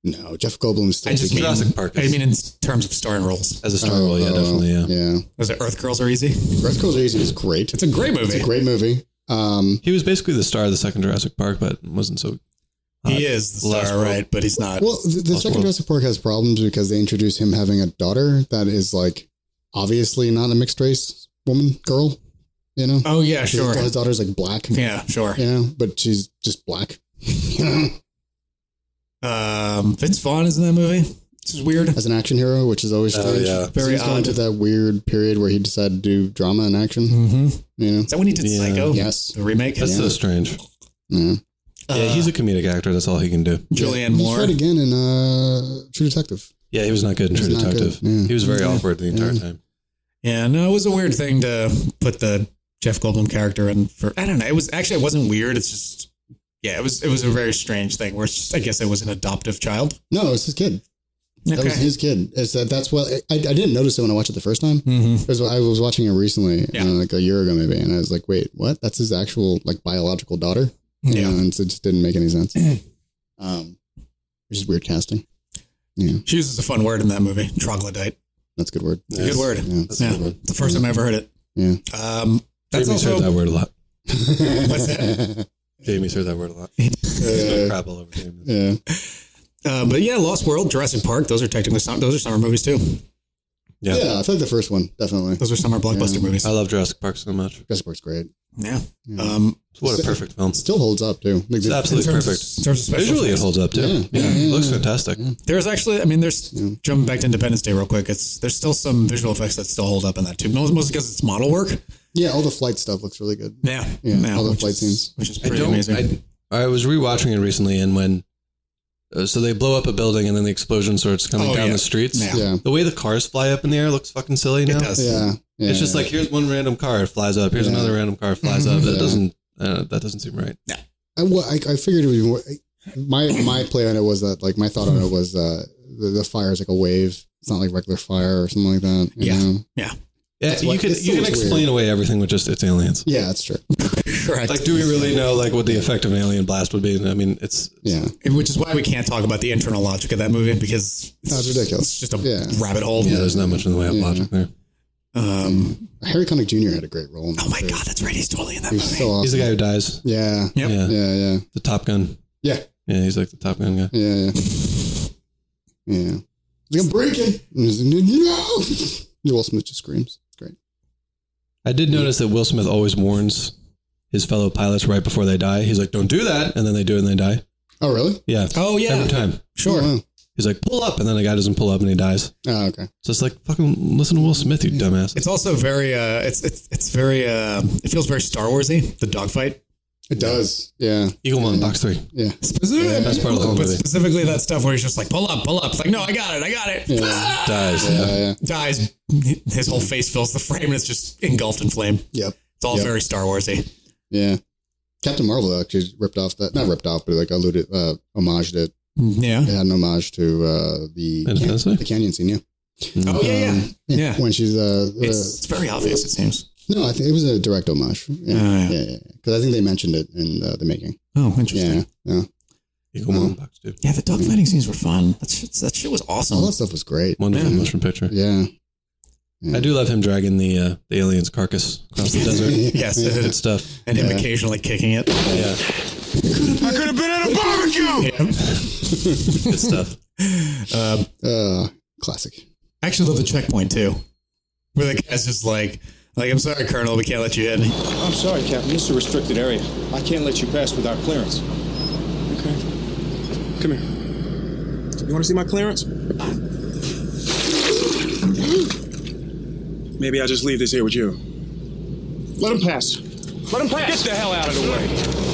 no, Jeff Goldblum still.
I just mean,
became-
Jurassic Park
I
is-
mean, in terms of starring roles,
As a star role, yeah,
oh,
definitely, yeah.
yeah.
was it Earth Girls Are Easy?
Jurassic Park is great.
It's a great movie.
It's a great movie. Um,
He was basically the star of the second Jurassic Park, but wasn't so.
He is the
Last
star,
World.
right? But he's not.
well, the, the
Lost
second
World.
Jurassic Park has problems because they introduce him having a daughter that is like obviously not a mixed race woman girl. You know,
oh yeah,
His-
sure.
His daughter's like black.
Yeah, sure.
you know, but she's just black.
Um, Vince Vaughn is in that movie. This is weird.
As an action hero, which is always
Oh,
strange.
yeah.
Very
Very
uh, he's going
odd.
to that weird period where he decided to do drama and action.
Mm-hmm.
You know,
Is that when he did
Yeah.
Psycho?
Yes.
The remake?
That's
Yeah.
so strange.
yeah.
yeah, he's a comedic actor. That's all he can do.
Julianne
He
Moore.
tried again in uh, True Detective.
Yeah, he was not good in
He's
True
not
Detective.
good, yeah.
He was very
Yeah.
awkward the entire
Yeah.
time.
Yeah, no, it was a weird thing to put the Jeff Goldblum character in for. I don't know. It was actually it wasn't weird. It's just yeah, it was it was a very strange thing. Where it's just, I guess it was an adoptive child.
No, it's his kid. That was
Okay.
his kid. It's that. That's what I, I didn't notice it when I watched it the first time.
Mhm.
It was- I was watching it recently,
Yeah.
uh, like a year ago maybe, and I was like, "Wait, what? That's his actual like biological daughter." You yeah, know, and so it just didn't make any sense.
Hmm.
um, which is weird casting. Yeah,
she uses a fun word in that movie, troglodyte.
That's a good word.
Yes. Good word. Yeah, that's yeah. Good word. the first time I ever heard it.
Yeah,
um, that's
Jamie's
also
heard that word a lot.
What's that?
Jamie's heard that word a lot. Uh, crap all over Jamie.
Yeah.
Uh, but yeah, Lost World, Jurassic Park, those are technically sum- those are summer movies too.
Yeah. yeah, I feel like the first one definitely.
Those are summer blockbuster
yeah.
movies.
I love Jurassic Park so much.
Jurassic Park's great.
Yeah. yeah. Um,
what a perfect film.
Still holds up too.
Like it's absolutely
terms
perfect.
Of, in terms of special
Visually, it holds up too. Yeah, yeah. It looks fantastic.
There's actually, I mean, there's jumping back to Independence Day real quick. It's there's still some visual effects that still hold up in that too. Mostly because it's model work.
Yeah, all the flight stuff looks really good.
Yeah,
yeah, all the flight
is,
scenes,
which is pretty amazing.
I, I was rewatching it recently, and when uh, so they blow up a building and then the explosion starts coming
Oh,
down
yeah.
the streets.
Yeah. Yeah.
The way the cars fly up in the air looks fucking silly now.
does.
Yeah, yeah,
it's just
yeah.
like here's one random car it flies up, here's
Yeah.
another random car flies up. That
Yeah.
doesn't uh, that doesn't seem right.
I, well, I, I figured it was more, my my play on it was that like my thought on it was uh, the, the fire is like a wave. It's not like regular fire or something like that. you
Yeah.
know?
Yeah,
Yeah,
That's
you
what-
can
it's
you can
always
explain
weird.
away everything with just it's aliens.
yeah, that's true.
correct.
Like, do we really know like what the effect of an alien blast would be? I mean, it's
Yeah,
Which is why we can't talk about the internal logic of that movie because it's
That's ridiculous.
It's just a
Yeah.
rabbit hole.
yeah, there's not much in the way of
Yeah.
logic there.
Um,
Harry Connick Jr. had a great role. In that
oh my
too.
god, that's right. He's totally in that
he
movie.
was so awesome.
He's the guy who dies.
Yeah,
Yep.
Yeah,
yeah, yeah,
the Top Gun.
yeah,
Yeah, he's like the Top Gun guy.
yeah, yeah. yeah. He's like, I'm breaking. And he's like, No. Will Smith just screams. It's great.
I did notice that Will Smith always warns his fellow pilots right before they die. He's like, "Don't do that," and then they do it and they die.
Oh really?
Yeah.
Oh yeah,
Every time.
sure.
Oh, wow.
He's like, pull up. And then the guy doesn't pull up and he dies.
Oh, okay.
So it's like, fucking listen to Will Smith, you dumbass.
It's also very. Uh, it's it's it's very. Uh, it feels very Star Warsy. The dogfight.
It does. Yeah.
Eagle One, Box Three.
Yeah.
Specifically,
Best part of the whole
but
movie.
specifically that stuff where he's just like, pull up, pull up. It's like, no, I got it, I got it.
Yeah.
Dies. Yeah.
Yeah. Yeah.
Dies. His whole face fills the frame and it's just engulfed in flame.
Yep.
It's all
Yep.
very Star Warsy.
Yeah. Captain Marvel actually ripped off that, not ripped off, but like alluded, uh, homage to,
Yeah.
it had an homage to uh, the,
Independence Day?
the canyon scene, yeah.
Oh yeah, yeah.
Um,
Yeah.
When she's, uh, uh,
It's, it's very obvious. It seems.
no, I think it was a direct homage. Yeah.
Oh, yeah.
yeah. yeah, Because I think they mentioned it in uh, the making.
Oh, interesting.
Yeah.
Yeah,
Yeah.
Eagle One, Box Two.
the dogfighting scenes were fun. That shit, that shit was
All
awesome.
that stuff was great.
Wonderful
Yeah.
motion picture.
Yeah. Yeah.
I do love him dragging the uh, the alien's carcass across the desert.
Yes,
Good stuff.
and him
Yeah.
occasionally kicking it.
Yeah,
I could have been at a barbecue!
good stuff.
Um,
Uh, classic.
I actually love the checkpoint too, where the guy's just like, like I'm sorry, Colonel, we can't let you in.
I'm sorry, Captain. This is a restricted area. I can't let you pass without clearance. Okay. Come here. You want to see my clearance? Maybe I'll just leave this here with you. Let him pass. Let him pass. Get the hell out of the way.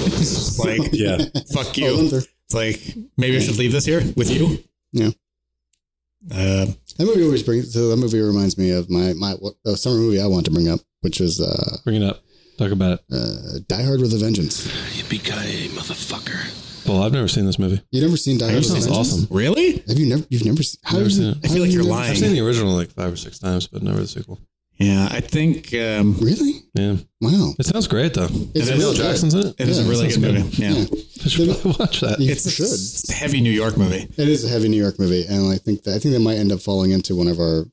It's just like,
Yeah,
fuck
Oh,
you.
Gunther.
It's like maybe I should leave this here with you.
Yeah.
Uh,
That movie always brings, so that movie reminds me of my, my, what, the summer movie I want to bring up, which was, uh,
bring it up. Talk about it.
uh, Die Hard with a Vengeance.
Well, I've never seen this movie.
You never seen Die Hard
This
with a
sounds
Vengeance?
awesome.
really?
Have you never? You've never seen? How
Never
is
seen
it-
it.
I feel
how have
like you're
you never-
I've
lying.
seen the original like five or six times, but never the sequel.
Yeah, I think um,
Really?
Yeah,
Wow.
it sounds great though.
It's
is
really
Bill
good.
Jackson's in it.
it is
Yeah,
a really
sounds
good
good.
movie. Yeah,
Yeah.
I should probably watch that.
You
it's a
should.
s- heavy New York movie.
It is a heavy New York movie, and I think that I think that might end up falling into one of our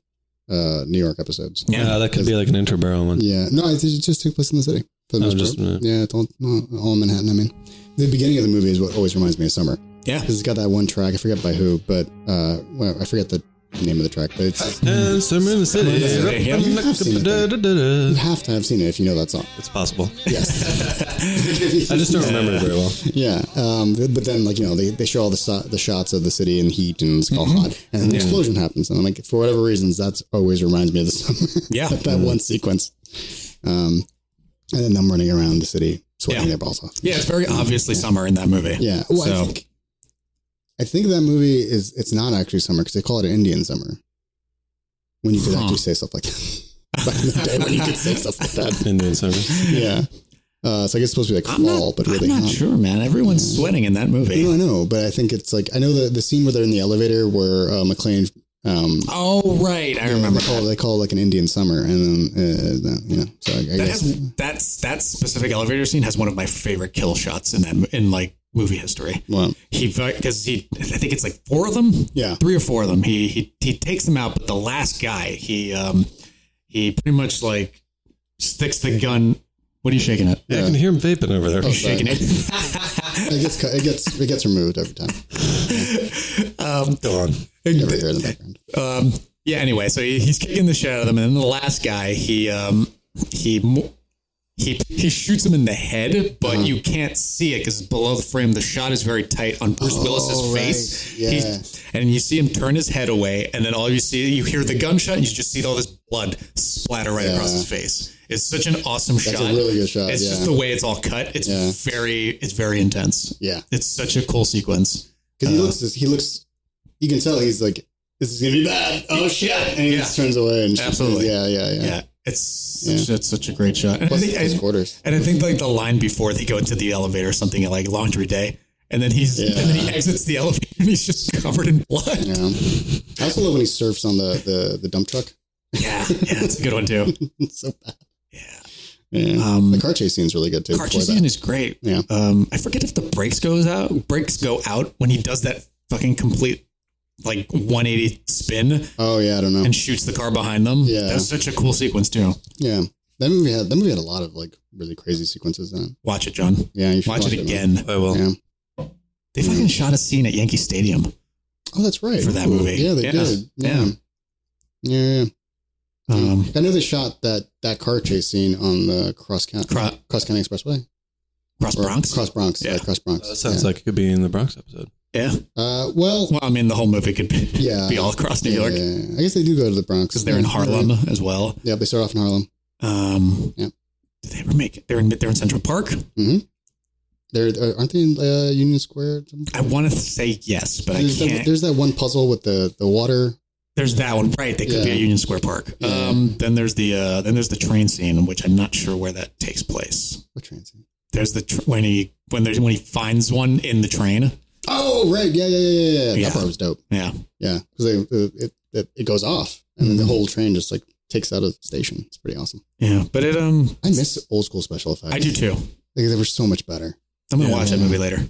uh, New York episodes.
Yeah.
Yeah, that could be like an interbarrel one.
Yeah. No, it it just took place in the city for the
Oh,
most
just,
part.
uh,
yeah, it's all, no, all in Manhattan. I mean, the beginning of the movie is what always reminds me of summer
Yeah,
because it's got that one track. I forget by who, but uh, well, I forget the name of the track, but it's
And summer in the city.
City, yeah.
I've seen it, though. you
Da-da-da-da.
have to have seen it if you know that song.
It's possible.
I
I just don't remember it very well.
Yeah, um, but then like you know they, they show all the so- the shots of the city in heat and it's all
Mm-hmm.
hot, and an explosion happens, and I'm like for whatever reasons that's always reminds me of the summer.
Yeah.
that, that one sequence, um, and then them running around the city sweating
Yeah.
their balls off.
yeah, it's very obviously summer in that movie.
yeah. Well, I
So-
think I think that movie is it's not actually summer because they call it an Indian summer when you could
Huh.
actually say stuff like that. Back in the day when you could say stuff like that.
Indian summer.
Yeah. Uh, so I guess it's supposed to be like
I'm
fall,
not,
but really
I'm not
hot.
sure, man. Everyone's sweating in that movie.
No, I know, but I think it's like I know the the scene where they're in the elevator where uh, McLean. Um,
Oh right, I
they-
remember.
They call, they call it like an Indian summer, and then uh, you know. So I, I
That
guess
has, that's that that specific elevator scene has one of my favorite kill shots in that in like movie history.
Wow.
He because he I think it's like four of them.
Yeah,
three or four of them. He he he takes them out, but the last guy he um he pretty much like sticks the gun. What are you shaking at?
Yeah. I can hear him vaping over there.
Oh, shaking it.
it gets cut- it gets it gets removed every time.
um,
Go on.
Never hear in the background.
um, yeah. Anyway, so he, he's kicking the shit out of them, and then the last guy, he um, he mo- he he shoots him in the head, but
Uh-huh.
you can't see it because it's below the frame. The shot is very tight on Bruce
Oh,
Willis's
right.
face.
Yeah.
He's- and you see him turn his head away, and then all you see, you hear the gunshot, and you just see all this blood splatter right across
Yeah.
his face. It's such an awesome
That's a
shot.
really good shot,
It's
yeah.
just the way it's all cut. It's
Yeah.
very it's very intense.
Yeah,
It's such a cool sequence.
because he
Uh,
looks he looks. You can tell he's like this is gonna be bad. Oh shit! And he
Yeah.
just turns away and shoots.
Absolutely.
Yeah, yeah, yeah.
Yeah, it's such, it's such a great shot. And
Plus-
I think,
plus
I-
quarters.
and I think like the line before they go into the elevator or something like laundry day, and then he's and then he exits the elevator and he's just covered in blood.
Yeah. I also love when he surfs on the the, the dump truck.
Yeah, yeah, that's a good one too.
so bad. Yeah. Um, the car chase scene's really good too.
Uh, Car
before
chase
that.
scene is great.
Yeah.
Um, I forget if the brakes goes out. Brakes go out when he does that fucking complete like 180 spin
Oh yeah, I don't know.
and shoots the car behind them.
Yeah.
That's such a cool sequence too.
Yeah. That movie had that movie had a lot of like really crazy sequences in it.
Watch it, John.
Yeah, you should
Watch,
watch
it
it,
again.
I will.
Yeah.
They fucking shot a scene at Yankee Stadium.
Oh, that's right.
For that
Ooh,
movie.
Yeah, they
Yeah.
did. Yeah.
Yeah.
Yeah. yeah.
Um,
I know they shot that that car chase scene on the cross county
Cro-
cross county expressway.
Cross
Or
Bronx. Uh,
Cross Bronx. Yeah, Cross Bronx.
That Uh, sounds
Yeah.
like it could be in the Bronx episode.
yeah.
Uh, well,
Well, I mean, the whole movie could be,
yeah,
be all across New
Yeah,
York
yeah, yeah. I guess they do go to the Bronx
because they're in Harlem as well.
Yeah, they start off in Harlem.
Um,
Yeah.
Did they ever make it? They're in they're in Central Park.
Mm-hmm. They're uh, aren't they in uh, Union Square?
I want to say yes, but
there's
I
That,
can't.
there's
There's,
that one puzzle with the the water.
that one, right? They could be
Yeah.
at Union Square Park. Um, then there's the uh, then there's the train scene, which I'm not sure where that takes place.
What train scene?
There's the tr- when he when there's when he finds one in the train.
Oh right, yeah, yeah, yeah, yeah. yeah.
Yeah.
That part was dope.
Yeah,
Yeah, because it, it it goes off and then the
Mm-hmm.
whole train just like takes out of the station. It's pretty awesome.
yeah. But it um,
I miss old school special effects.
I do too.
Like, they were so much better.
I'm gonna
Yeah.
watch that movie later.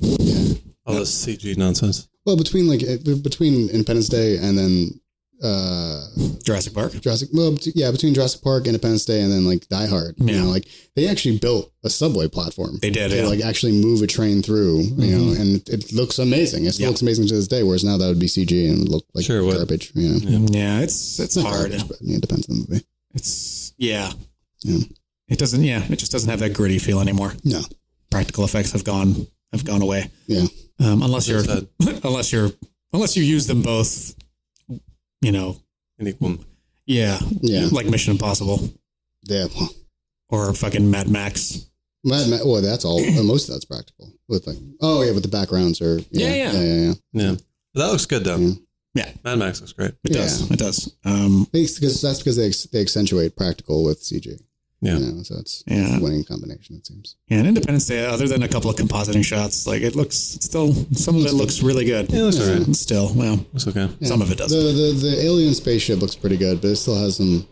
All this CG nonsense.
Well, between like it- between Independence Day and then uh
Jurassic Park.
Jurassic, well, bet- yeah, between Jurassic Park, Independence Day, and then like Die Hard. You
Yeah.
know, like they actually built a subway platform.
They did,
to
yeah. Mm-hmm.
like actually move a train through. You know, and it, it looks amazing. It still
Yeah.
looks amazing to this day. Whereas now that would be CG and look like
Sure would.
garbage. You know,
Yeah, it's it's
not
hard.
garbage, but I mean, it depends on the movie.
It's yeah.
Yeah.
It doesn't. Yeah, it just doesn't have that gritty feel anymore.
No,
Practical effects have gone have gone away.
yeah,
Um, unless you're
That's sad.
unless you're unless you use them both. You know.
And equal.
Yeah.
Yeah.
Like Mission Impossible
yeah. Well,
or fucking Mad Max.
Mad Ma- well, that's all. uh, Most of that's practical. With like, oh yeah, but the backgrounds are
Yeah, yeah.
yeah, yeah. Mm. yeah.
Yeah. But that looks good though.
Yeah.
Yeah.
Mad Max looks great.
It does. It does. Um,
Because that's because they ex- they accentuate practical with CG.
Yeah.
you know, so it's
Yeah.
a winning combination. It seems.
yeah, and Independence Day, other than a couple of compositing shots, like it looks it's still some of it looks really good.
Yeah, it looks alright.
Still, well,
Looks okay.
some of it doesn't.
The, the the alien spaceship looks pretty good, but it still has some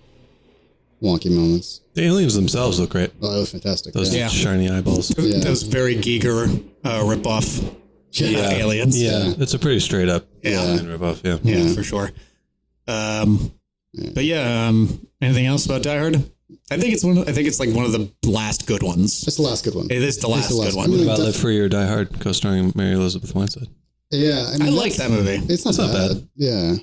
wonky moments.
The aliens themselves look great.
Oh, that was fantastic.
Those
Yeah.
shiny eyeballs.
Yeah.
Those very Giger uh, ripoff uh, aliens.
Yeah. It's a pretty straight up
Yeah.
alien ripoff. Yeah.
Yeah, for sure. Um, but yeah, um, anything else about Die Hard? I think it's one. Of, I think it's like one of the last good ones.
That's the last good one.
It is
It's
the last,
the last
good
one.
one.
What about Live Free or Die Hard, co starring Mary Elizabeth Winstead?
Yeah,
I
mean,
like that movie.
It's not,
It's not
bad.
bad.
Yeah,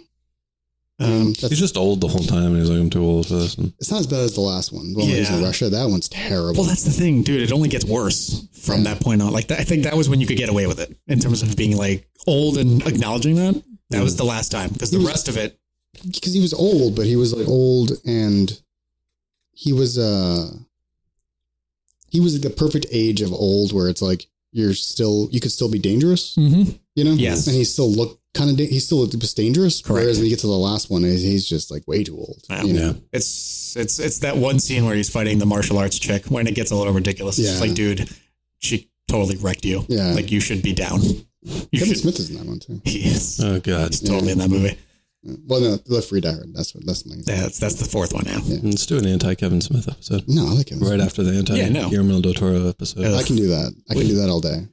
um, that's,
He's just old the whole time. and He's like, I'm too old for this. And
it's not as bad as the last one. The one where he's in
Yeah.
Russia. That one's terrible.
Well, that's the thing, dude. It only gets worse from that point on. Like that, I think that was when you could get away with it in terms of being like old and acknowledging that. That was the last time because the rest of it.
because he was old, but he was like old and he was uh he was at the perfect age of old where it's like you're still you could still be dangerous,
Mm-hmm.
you know?
Yes.
And he still looked kind of da- he still was dangerous.
Correct.
Whereas when you get to the last one, he's, he's just like way too old.
Wow.
You know?
It's it's it's that one scene where he's fighting the martial arts chick when it gets a little ridiculous. It's just
Yeah.
like, dude, she totally wrecked you.
Yeah.
Like you should be down. You
Kevin
should.
Smith is in that one too.
He is.
Oh God!
He's totally in that movie.
Well, no, the Free Die Hard. That's what. That's my.
That's that's the fourth one now.
Yeah.
Let's do an anti Kevin Smith episode.
No, I like Kevin.
Right
Smith.
after the anti
Yeah, no.
Guillermo del Toro episode.
I can do that. I can
Wait.
do that all day.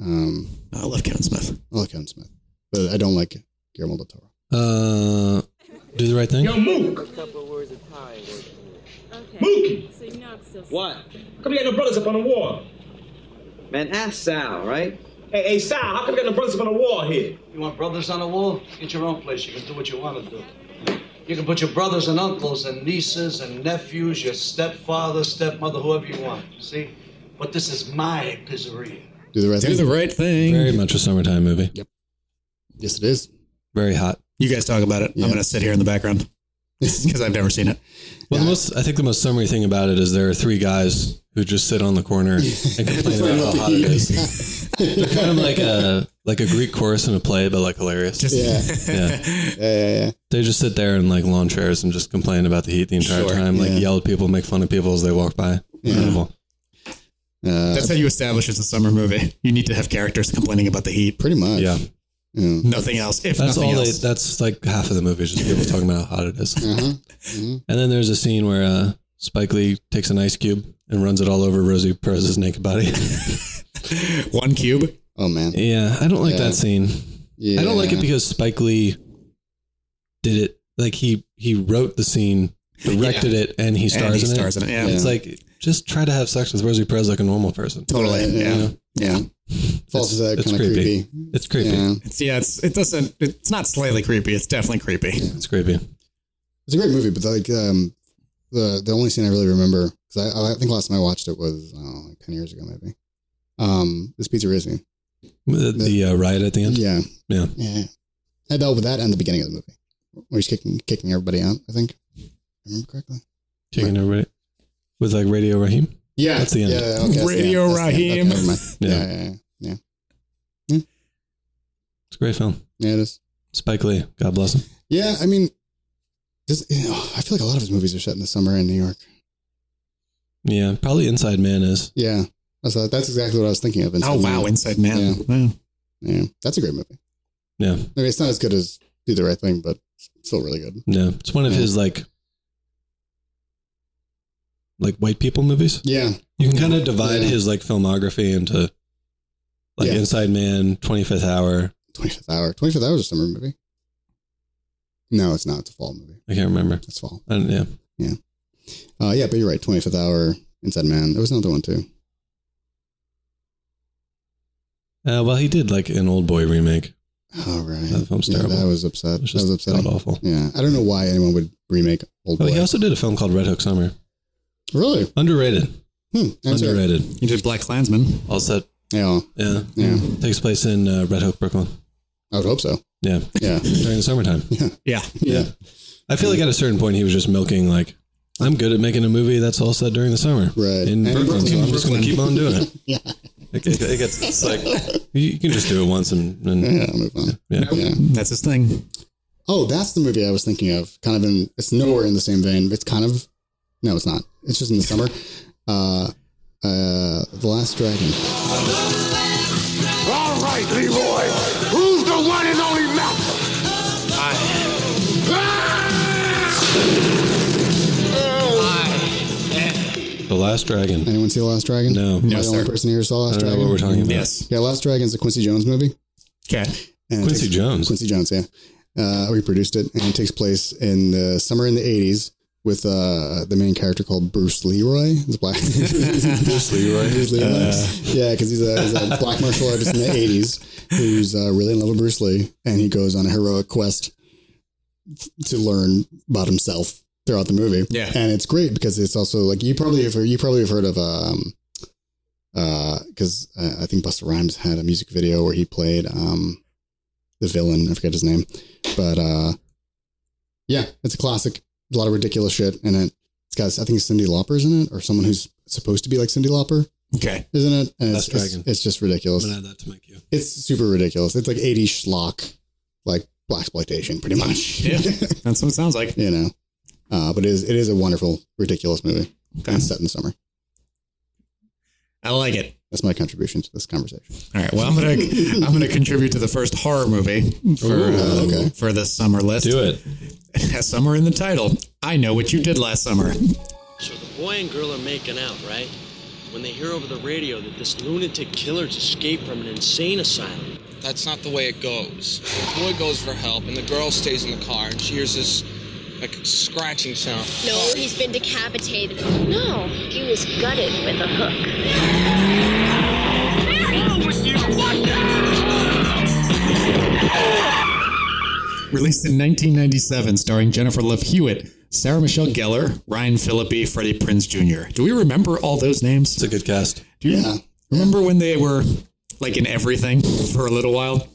Um,
I love Kevin Smith.
I like Kevin Smith, but I don't like Guillermo del Toro.
Uh, do the right thing.
Mook! Mookie!
So you know I'm still
What? Come you got no brothers up on the wall? Man, ask Sal, right? Hey, hey, Sal, how come you got no brothers up on the wall here?
You want brothers on the wall? Get your own place. You can do what you want to do. You can put your brothers and uncles and nieces and nephews, your stepfather, stepmother, whoever you want. See? But this is my pizzeria.
Do the right thing.
Do the right thing.
Very much a summertime movie.
Yep. Yes, it is.
Very hot.
You guys talk about it.
Yeah.
I'm gonna sit here in the background because I've never seen it.
Well, the most I think the most summary thing about it is there are three guys who just sit on the corner and complain about how hot it is. They're kind of like a like a Greek chorus in a play, but like hilarious.
Just-
Yeah.
yeah.
Yeah, yeah, yeah.
They just sit there in like lawn chairs and just complain about the heat the entire
Sure.
time. Like
Yeah.
yell at people, make fun of people as they walk by. Incredible.
Uh,
That's how you establish it's a summer movie. You need to have characters complaining about the heat.
pretty much.
Yeah.
Yeah.
Nothing else. If
That's
nothing
all
else.
they. That's like half of the movie is just people talking about how hot it is.
Uh-huh. Mhm.
And then there's a scene where uh, Spike Lee takes an ice cube and runs it all over Rosie Perez's naked body.
One cube.
Oh man.
yeah, I don't like
Yeah.
that scene.
Yeah.
I don't like it because Spike Lee did it. Like he he wrote the scene, directed it, and he stars
and he
in
stars
it.
in it. Yeah.
Yeah.
It's like just try to have sex with Rosie Perez like a normal person.
Totally. Yeah. Yeah.
Falls to that
it's
kind of creepy.
It's creepy.
Yeah.
It's, yeah. It's, it doesn't. It's not slightly creepy. It's definitely creepy.
It's creepy.
It's a great movie, but like um, the the only scene I really remember because I, I think last time I watched it was oh, like ten years ago maybe. Um, this pizzeria scene.
The, the uh, riot at the end.
Yeah,
Yeah.
yeah. I dealt with that and the beginning of the movie where he's kicking kicking everybody out. I think if I remember correctly.
Taking everybody with like Radio Raheem.
Yeah,
That's the end.
Yeah, okay, that's the end,
Radio
that's the end, okay,
Raheem.
never mind.
Yeah.
yeah. yeah, yeah, yeah.
It's a great film.
Yeah, it is.
Spike Lee, God bless him.
Yeah, I mean, this, you know, I feel like a lot of his movies are set in the summer in New York.
Yeah, probably Inside Man is.
Yeah, that's uh, that's exactly what I was thinking of.
oh wow! Inside Man.
Yeah.
Wow.
yeah, that's a great movie.
Yeah,
I mean, it's not as good as Do the Right Thing, but it's still really good.
no, it's one of his like like white people movies.
Yeah,
You can kind of divide
Yeah.
his like filmography into like
Yeah.
Inside Man, Twenty Fifth Hour.
Twenty Fifth Hour. Twenty Fifth Hour is a summer movie. No, it's not. It's a fall movie.
I can't remember.
It's fall.
I don't, yeah,
Uh, yeah, but you're right. Twenty Fifth Hour, Inside Man. There was another one too.
uh, well, he did like an old boy remake.
Oh right,
That film's
yeah,
terrible.
That was upset.
It was
that was
just god
upsetting.
awful.
Yeah, I don't know why anyone would remake Old
Oh,
Boy.
he also did a film called Red Hook Summer.
really?
Underrated.
Hmm. that's right.
Underrated.
You did Black Klansman.
All set.
Yeah,
Yeah.
yeah.
Takes place in uh, Red Hook, Brooklyn.
I would hope so.
Yeah.
Yeah,
During the summertime.
Yeah.
yeah.
I feel like at a certain point he was just milking like I'm good at making a movie that's all set during the summer.
Right.
In
And in
Brooklyn, so
Brooklyn.
I'm just going to keep on doing it.
Yeah.
It, it, it gets it's like you you can just do it once and, and
Yeah, I'll move on.
yeah.
Yeah.
That's his thing.
Oh, that's the movie I was thinking of. Kind of in it's nowhere in the same vein. but It's kind of no, it's not. It's just in the summer. Uh, uh, the Last Dragon.
All right, Leroy. Who's the one and only master?
The Last Dragon.
Anyone see the Last Dragon? Am
No.
I
No,
the only
sir.
person here who saw
I
Last
don't know
Dragon?
what we're talking about.
Yes.
yeah, Last Dragon is a Quincy Jones movie.
Okay.
And it
Quincy
takes-
Jones.
Quincy Jones, yeah. Uh, we produced it, and it takes place in the summer in the '80s with uh, the main character called Bruce Leroy. He's black. Bruce Leroy. Bruce Leroy. yeah, because he's a, he's a black martial artist in the '80s who's uh, really in love with Bruce Lee, and he goes on a heroic quest to learn about himself throughout the movie.
Yeah.
and it's great because it's also like you probably have you probably have heard of um, because uh, I think Buster Rhymes had a music video where he played um, the villain. I forget his name, but uh, yeah, it's a classic. A lot of ridiculous shit in it. It's got I think Cindy Lauper's in it, or someone who's supposed to be like Cindy Lauper,
Okay.
isn't it? And it's,
Last
it's,
Dragon.
it's just
I'm
ridiculous.
going to add that to my queue.
It's super ridiculous. It's like 80s schlock, like black exploitation, pretty much.
Yeah. That's what it sounds like.
you know, uh, but it is it is a wonderful, ridiculous movie. Kind of set in the summer.
I like it.
That's my contribution to this conversation.
All right. Well, I'm gonna I'm gonna contribute to the first horror movie for uh, for this summer list.
Do it.
It has summer in the title. I know what you did last summer.
So the boy and girl are making out, right? When they hear over the radio that this lunatic killer's escaped from an insane asylum.
That's not the way it goes. The boy goes for help, and the girl stays in the car, and she hears this like scratching sound.
No, he's been decapitated. No, he was gutted with a hook.
Released in 1997, starring Jennifer Love Hewitt, Sarah Michelle Gellar, Ryan Phillippe, Freddie Prinz Jr. Do we remember all those names?
It's a good cast.
Do you remember when they were like in everything for a little while?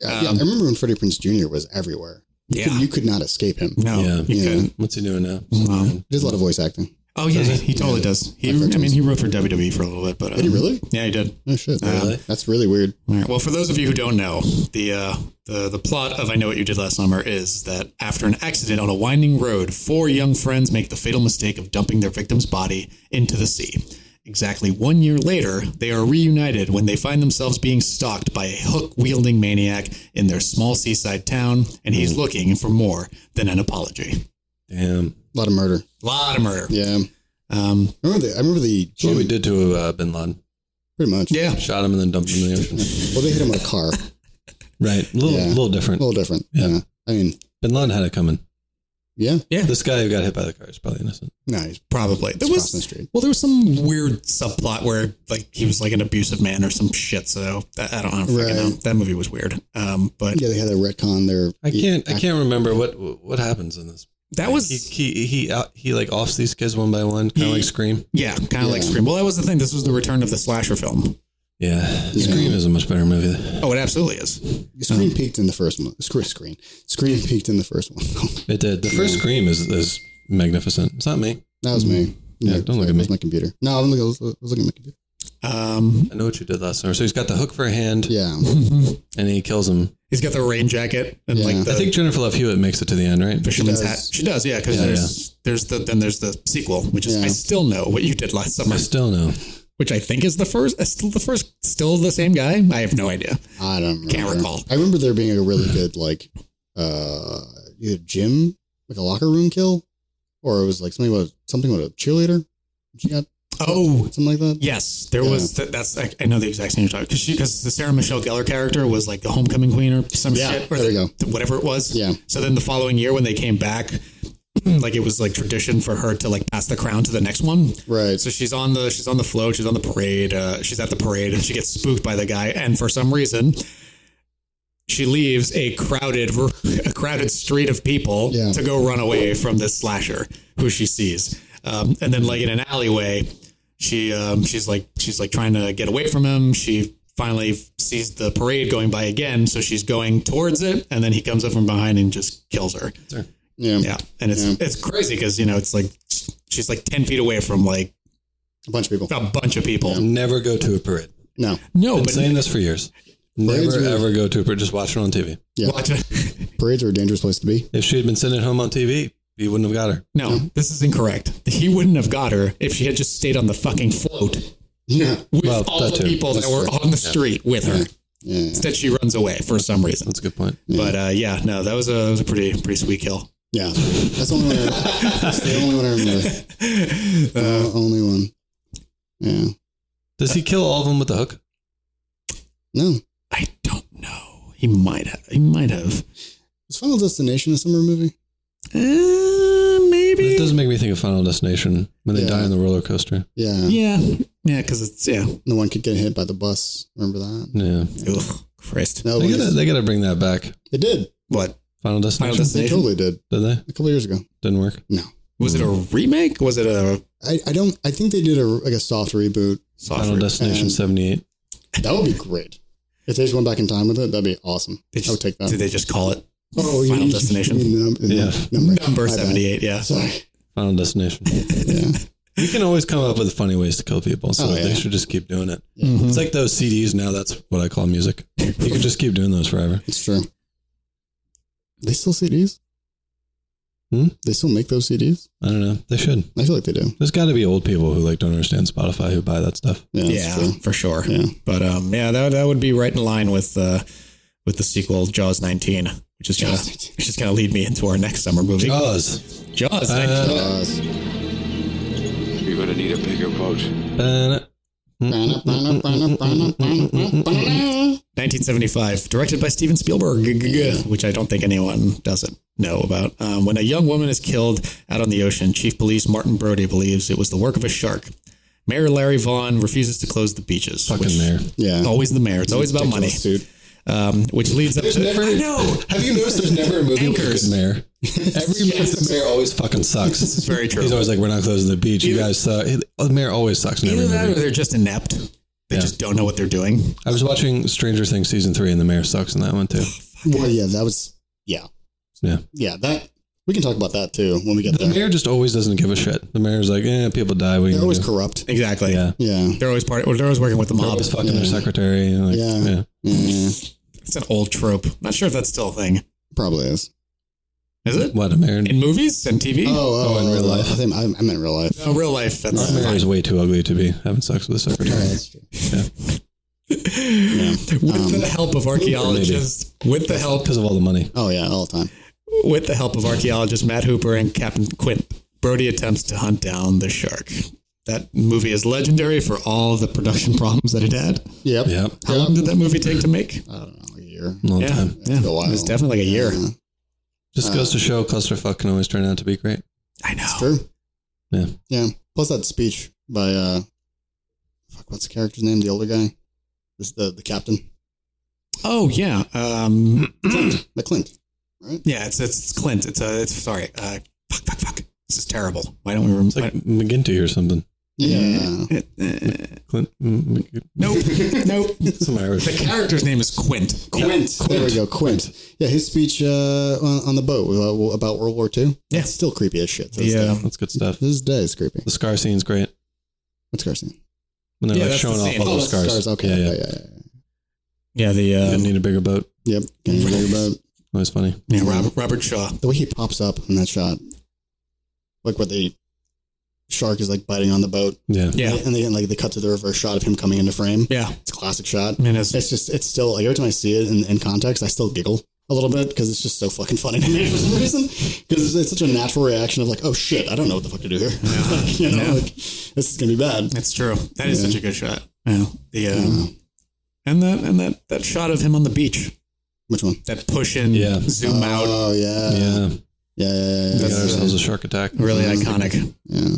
Yeah, I remember when Freddie Prince Jr. was everywhere. You could-
Um, Yeah.
you could not escape him.
No,
Yeah.
you couldn't.
What's he doing now?
He does a lot of voice acting.
Oh yeah, he totally does. He, I mean, he wrote for WWE for a little bit, but um,
Did he really?
Yeah, he did.
Oh shit!
Um,
That's really weird.
All right. Well, for those of you who don't know, the uh, the the plot of I Know What You Did Last Summer is that after an accident on a winding road, four young friends make the fatal mistake of dumping their victim's body into the sea. Exactly one year later, they are reunited when they find themselves being stalked by a hook wielding maniac in their small seaside town, and he's looking for more than an apology.
Damn.
A lot of murder.
A lot of murder.
Yeah.
Um,
I remember the. I remember the.
That's what we did to uh, Bin Laden.
Pretty much.
Yeah.
Shot him and then dumped him in the ocean.
Well, they hit him with a car.
right. A little,
Yeah.
little
a
different.
little different. Yeah. I mean,
Bin Laden had it coming.
yeah.
Yeah.
This guy who got hit by the car is probably innocent.
No, he's
Probably. There
it's
was
crossing the street.
well, there was some weird subplot where like he was like an abusive man or some shit. So that, I don't, I don't fucking
Right.
know. That movie was weird. Um, but
Yeah, they had a retcon e- there.
I can't. I can't remember what what happens in this.
that was
He he he, out, he like offs these kids one by one, kind of like Scream.
yeah, kind of like
Yeah.
Scream. Well, that was the thing. This was the return of the slasher film.
Yeah, Scream is a much better movie. Than,
Oh, it absolutely is.
Screen peaked in the first one. Screen screen screen peaked in the first one.
it did. The first Scream is is magnificent. It's not me.
that was me.
Yeah, don't look at
it was
me.
my computer. No, I'm looking, I was looking at my computer.
Um,
I know what you did last summer. So he's got the hook for a hand,
Yeah.
and he kills him.
he's got the rain jacket and
Yeah.
like the
I think Jennifer Love Hewitt makes it to the end, right?
fisherman's
she
hat.
does.
She does, yeah. Because
Yeah,
there's there's the then there's the sequel, which is
Yeah.
I still know what you did last summer,
I still know.
which I think is the first, uh, still the first, still the same guy. I have no idea.
I don't remember.
Can't recall.
I remember there being a really good like uh either gym, like a locker room kill, or it was like something about something with a cheerleader. She got
Oh,
something like that.
Yes, there
Yeah.
was. Th- that's I, I know the exact same you're talking because because the Sarah Michelle Gellar character was like the homecoming queen or some
Yeah,
shit or
there
the,
we go.
th- whatever it was.
Yeah.
So then the following year when they came back, like it was like tradition for her to like pass the crown to the next one.
Right.
So she's on the she's on the float. She's on the parade. Uh, she's at the parade and she gets spooked by the guy. And for some reason, she leaves a crowded a crowded street of people
Yeah.
to go run away from this slasher who she sees. Um, and then like in an alleyway, she um, she's like she's like trying to get away from him. She finally sees the parade going by again, so she's going towards it, and then he comes up from behind and just kills her.
Yeah.
Yeah, and it's it's crazy because you know it's like she's like ten feet away from like
A bunch of people.
a bunch of people.
Never go to a parade.
No.
No,
Been
Oh, but
saying this for years.
Parades
Never
are-
ever go to a parade. Just watch it on TV.
Yeah.
watch it.
Parades are a dangerous place to be.
If she had been sitting at home on TV, he wouldn't have got her.
No, this is incorrect. He wouldn't have got her if she had just stayed on the fucking float
Yeah.
with
Well,
all
that
the
too.
people that
That's
were
true.
on the street with her.
Yeah.
Instead, she runs away for some reason.
That's a good point.
But uh, yeah, no, that was a that was a pretty pretty sweet kill.
Yeah. That's the only one I, that's the only one I remember. The only one. Yeah.
Does he kill all of them with the hook?
No.
I don't know. He might have. He might have.
Was Final Destination a summer movie?
Uh,
It
maybe.
does make me think of Final Destination when they
Yeah.
die on the roller coaster.
Yeah.
Yeah, yeah, because it's yeah.
No one could get hit by the bus. Remember that?
Yeah,
Ugh, Christ.
No,
they
one
gotta,
is-
they gotta bring that back.
they did.
What
Final Destination.
Final
They
Destination?
totally did.
Did they?
A couple years ago.
Didn't work.
No.
Was it a remake? Was it a
I, I don't. I think they did a like a soft reboot.
Final
software?
Destination
And-
seventy eight.
That would be great. If they just went back in time with it, that'd be awesome.
They just,
I would take that.
Did they just call it
oh,
Final
mean-
Destination?
you mean the num- the
Yeah.
number,
number
My bad.
seventy-eight? Yeah.
Sorry.
Final Destination.
Yeah.
you can always come up with funny ways to kill people, so
Oh,
they
yeah.
should just keep doing it. It's like those CDs now. That's what I call music. You can just keep doing those forever.
It's true. They still CDs?
Hmm?
They still make those CDs?
I don't know. They should.
I feel like they do.
There's got to be old people who like don't understand Spotify who buy that stuff.
Yeah, for sure. But um, yeah, that that would be right in line with uh, with the sequel Jaws 19, which is gonna which is gonna lead me into our next summer movie.
Oh, Jaws.
Jaws.
Uh,
19.
You're gonna need a bigger boat.
1975, directed by Steven Spielberg, g- g- g- which I don't think anyone doesn't know about. Um, when a young woman is killed out on the ocean, Chief Police Martin Brody believes it was the work of a shark. Mayor Larry Vaughn refuses to close the beaches. Fucking
mayor.
Yeah. Always the mayor. It's always about money.
Ridiculous
Um, which leads up
There's
to.
never. Have you noticed there's never a movie
Anchors.
with a good mayor? Every movie the mayor always fucking sucks. This
is very true.
He's always like, "We're not closing the beach. You guys suck." He- The mayor always sucks in every
Either that or
movie.
they're just inept. They just don't know what they're doing.
I was watching Stranger Things season three, and the mayor sucks in that one too.
Well, yeah, that was yeah,
Yeah,
yeah. That we can talk about that too when we get
the
there.
mayor just always doesn't give a shit. The mayor's like, "Eh, people die. What are you
They're
gonna
always
do?"
corrupt.
Exactly.
Yeah,
Yeah,
They're always part. They're always working with the
They're
mob.
always fucking their
Yeah.
secretary. and Like,
Yeah.
yeah.
Mhm.
It's an old trope. Not sure if that's still a thing.
probably is.
Is it
What a mayor?
in movies and TV?
Oh, oh,
in real life.
I think I, I meant real life.
No, real life. That's
Our mayor
fine.
is way too ugly to be having sex with a secretary.
With the help of archaeologists, with the help
because of all the money.
Oh yeah, all the time.
with the help of archaeologists Matt Hooper and Captain Quint, Brody attempts to hunt down the shark. That movie is legendary for all the production problems that it had.
Yep.
Yep,
How long did that movie take to make?
I don't know a year.
long
yeah, Uh,
time.
yeah,
a while.
it was definitely like a year.
Yeah.
Just goes to show clusterfuck can always turn out to be great.
I know.
True.
Yeah.
Yeah. Plus that speech by uh, fuck, what's the character's name? The older guy, this the the captain,
Oh yeah, um,
McClint. Right.
yeah. It's, it's it's Clint. It's uh, it's sorry. Uh, fuck, fuck, fuck. This is terrible. Why don't we remember?
Like McGinty or something.
Yeah.
Clint. mm, Mc-
nope, nope.
Some Irish.
The character's name is Quint.
Quint. There we go. Quint. Yeah, his speech uh, on, on the boat uh, about World War II.
Yeah.
It's still creepy as shit. to this
Yeah.
day.
That's good stuff.
To This day is creepy.
The scar scene's great.
What's Carson?
When they're
Yeah,
like
that's
showing
the
off
scene.
all
Oh,
the
that's
scars.
Okay.
Yeah, yeah.
yeah, yeah, yeah.
Yeah, the
I
um,
need a bigger boat.
Yep. Can you hear about
That was funny.
yeah, Robert Robert Shaw.
the way he pops up in that shot? Like where the shark is like biting on the boat.
Yeah.
Yeah.
And they like they cut to the reverse shot of him coming into frame.
Yeah,
It's a classic shot.
I mean, it's,
It's just it's still like every time I see it in, in context, I still giggle a little bit because it's just so fucking funny to me for some reason. Because it's such a natural reaction of like, oh shit, I don't know what the fuck to do here. you know,
Yeah.
like, this is gonna be bad.
That's true. That is
Yeah.
such a good shot. Yeah. The um, and that and that that shot of him on the beach,
Which one?
that push in,
Yeah.
zoom out,
Oh yeah, yeah,
Yeah.
yeah, yeah.
We
yeah,
got
That's-
ourselves a shark attack. Mm-hmm.
really iconic.
Uh, yeah.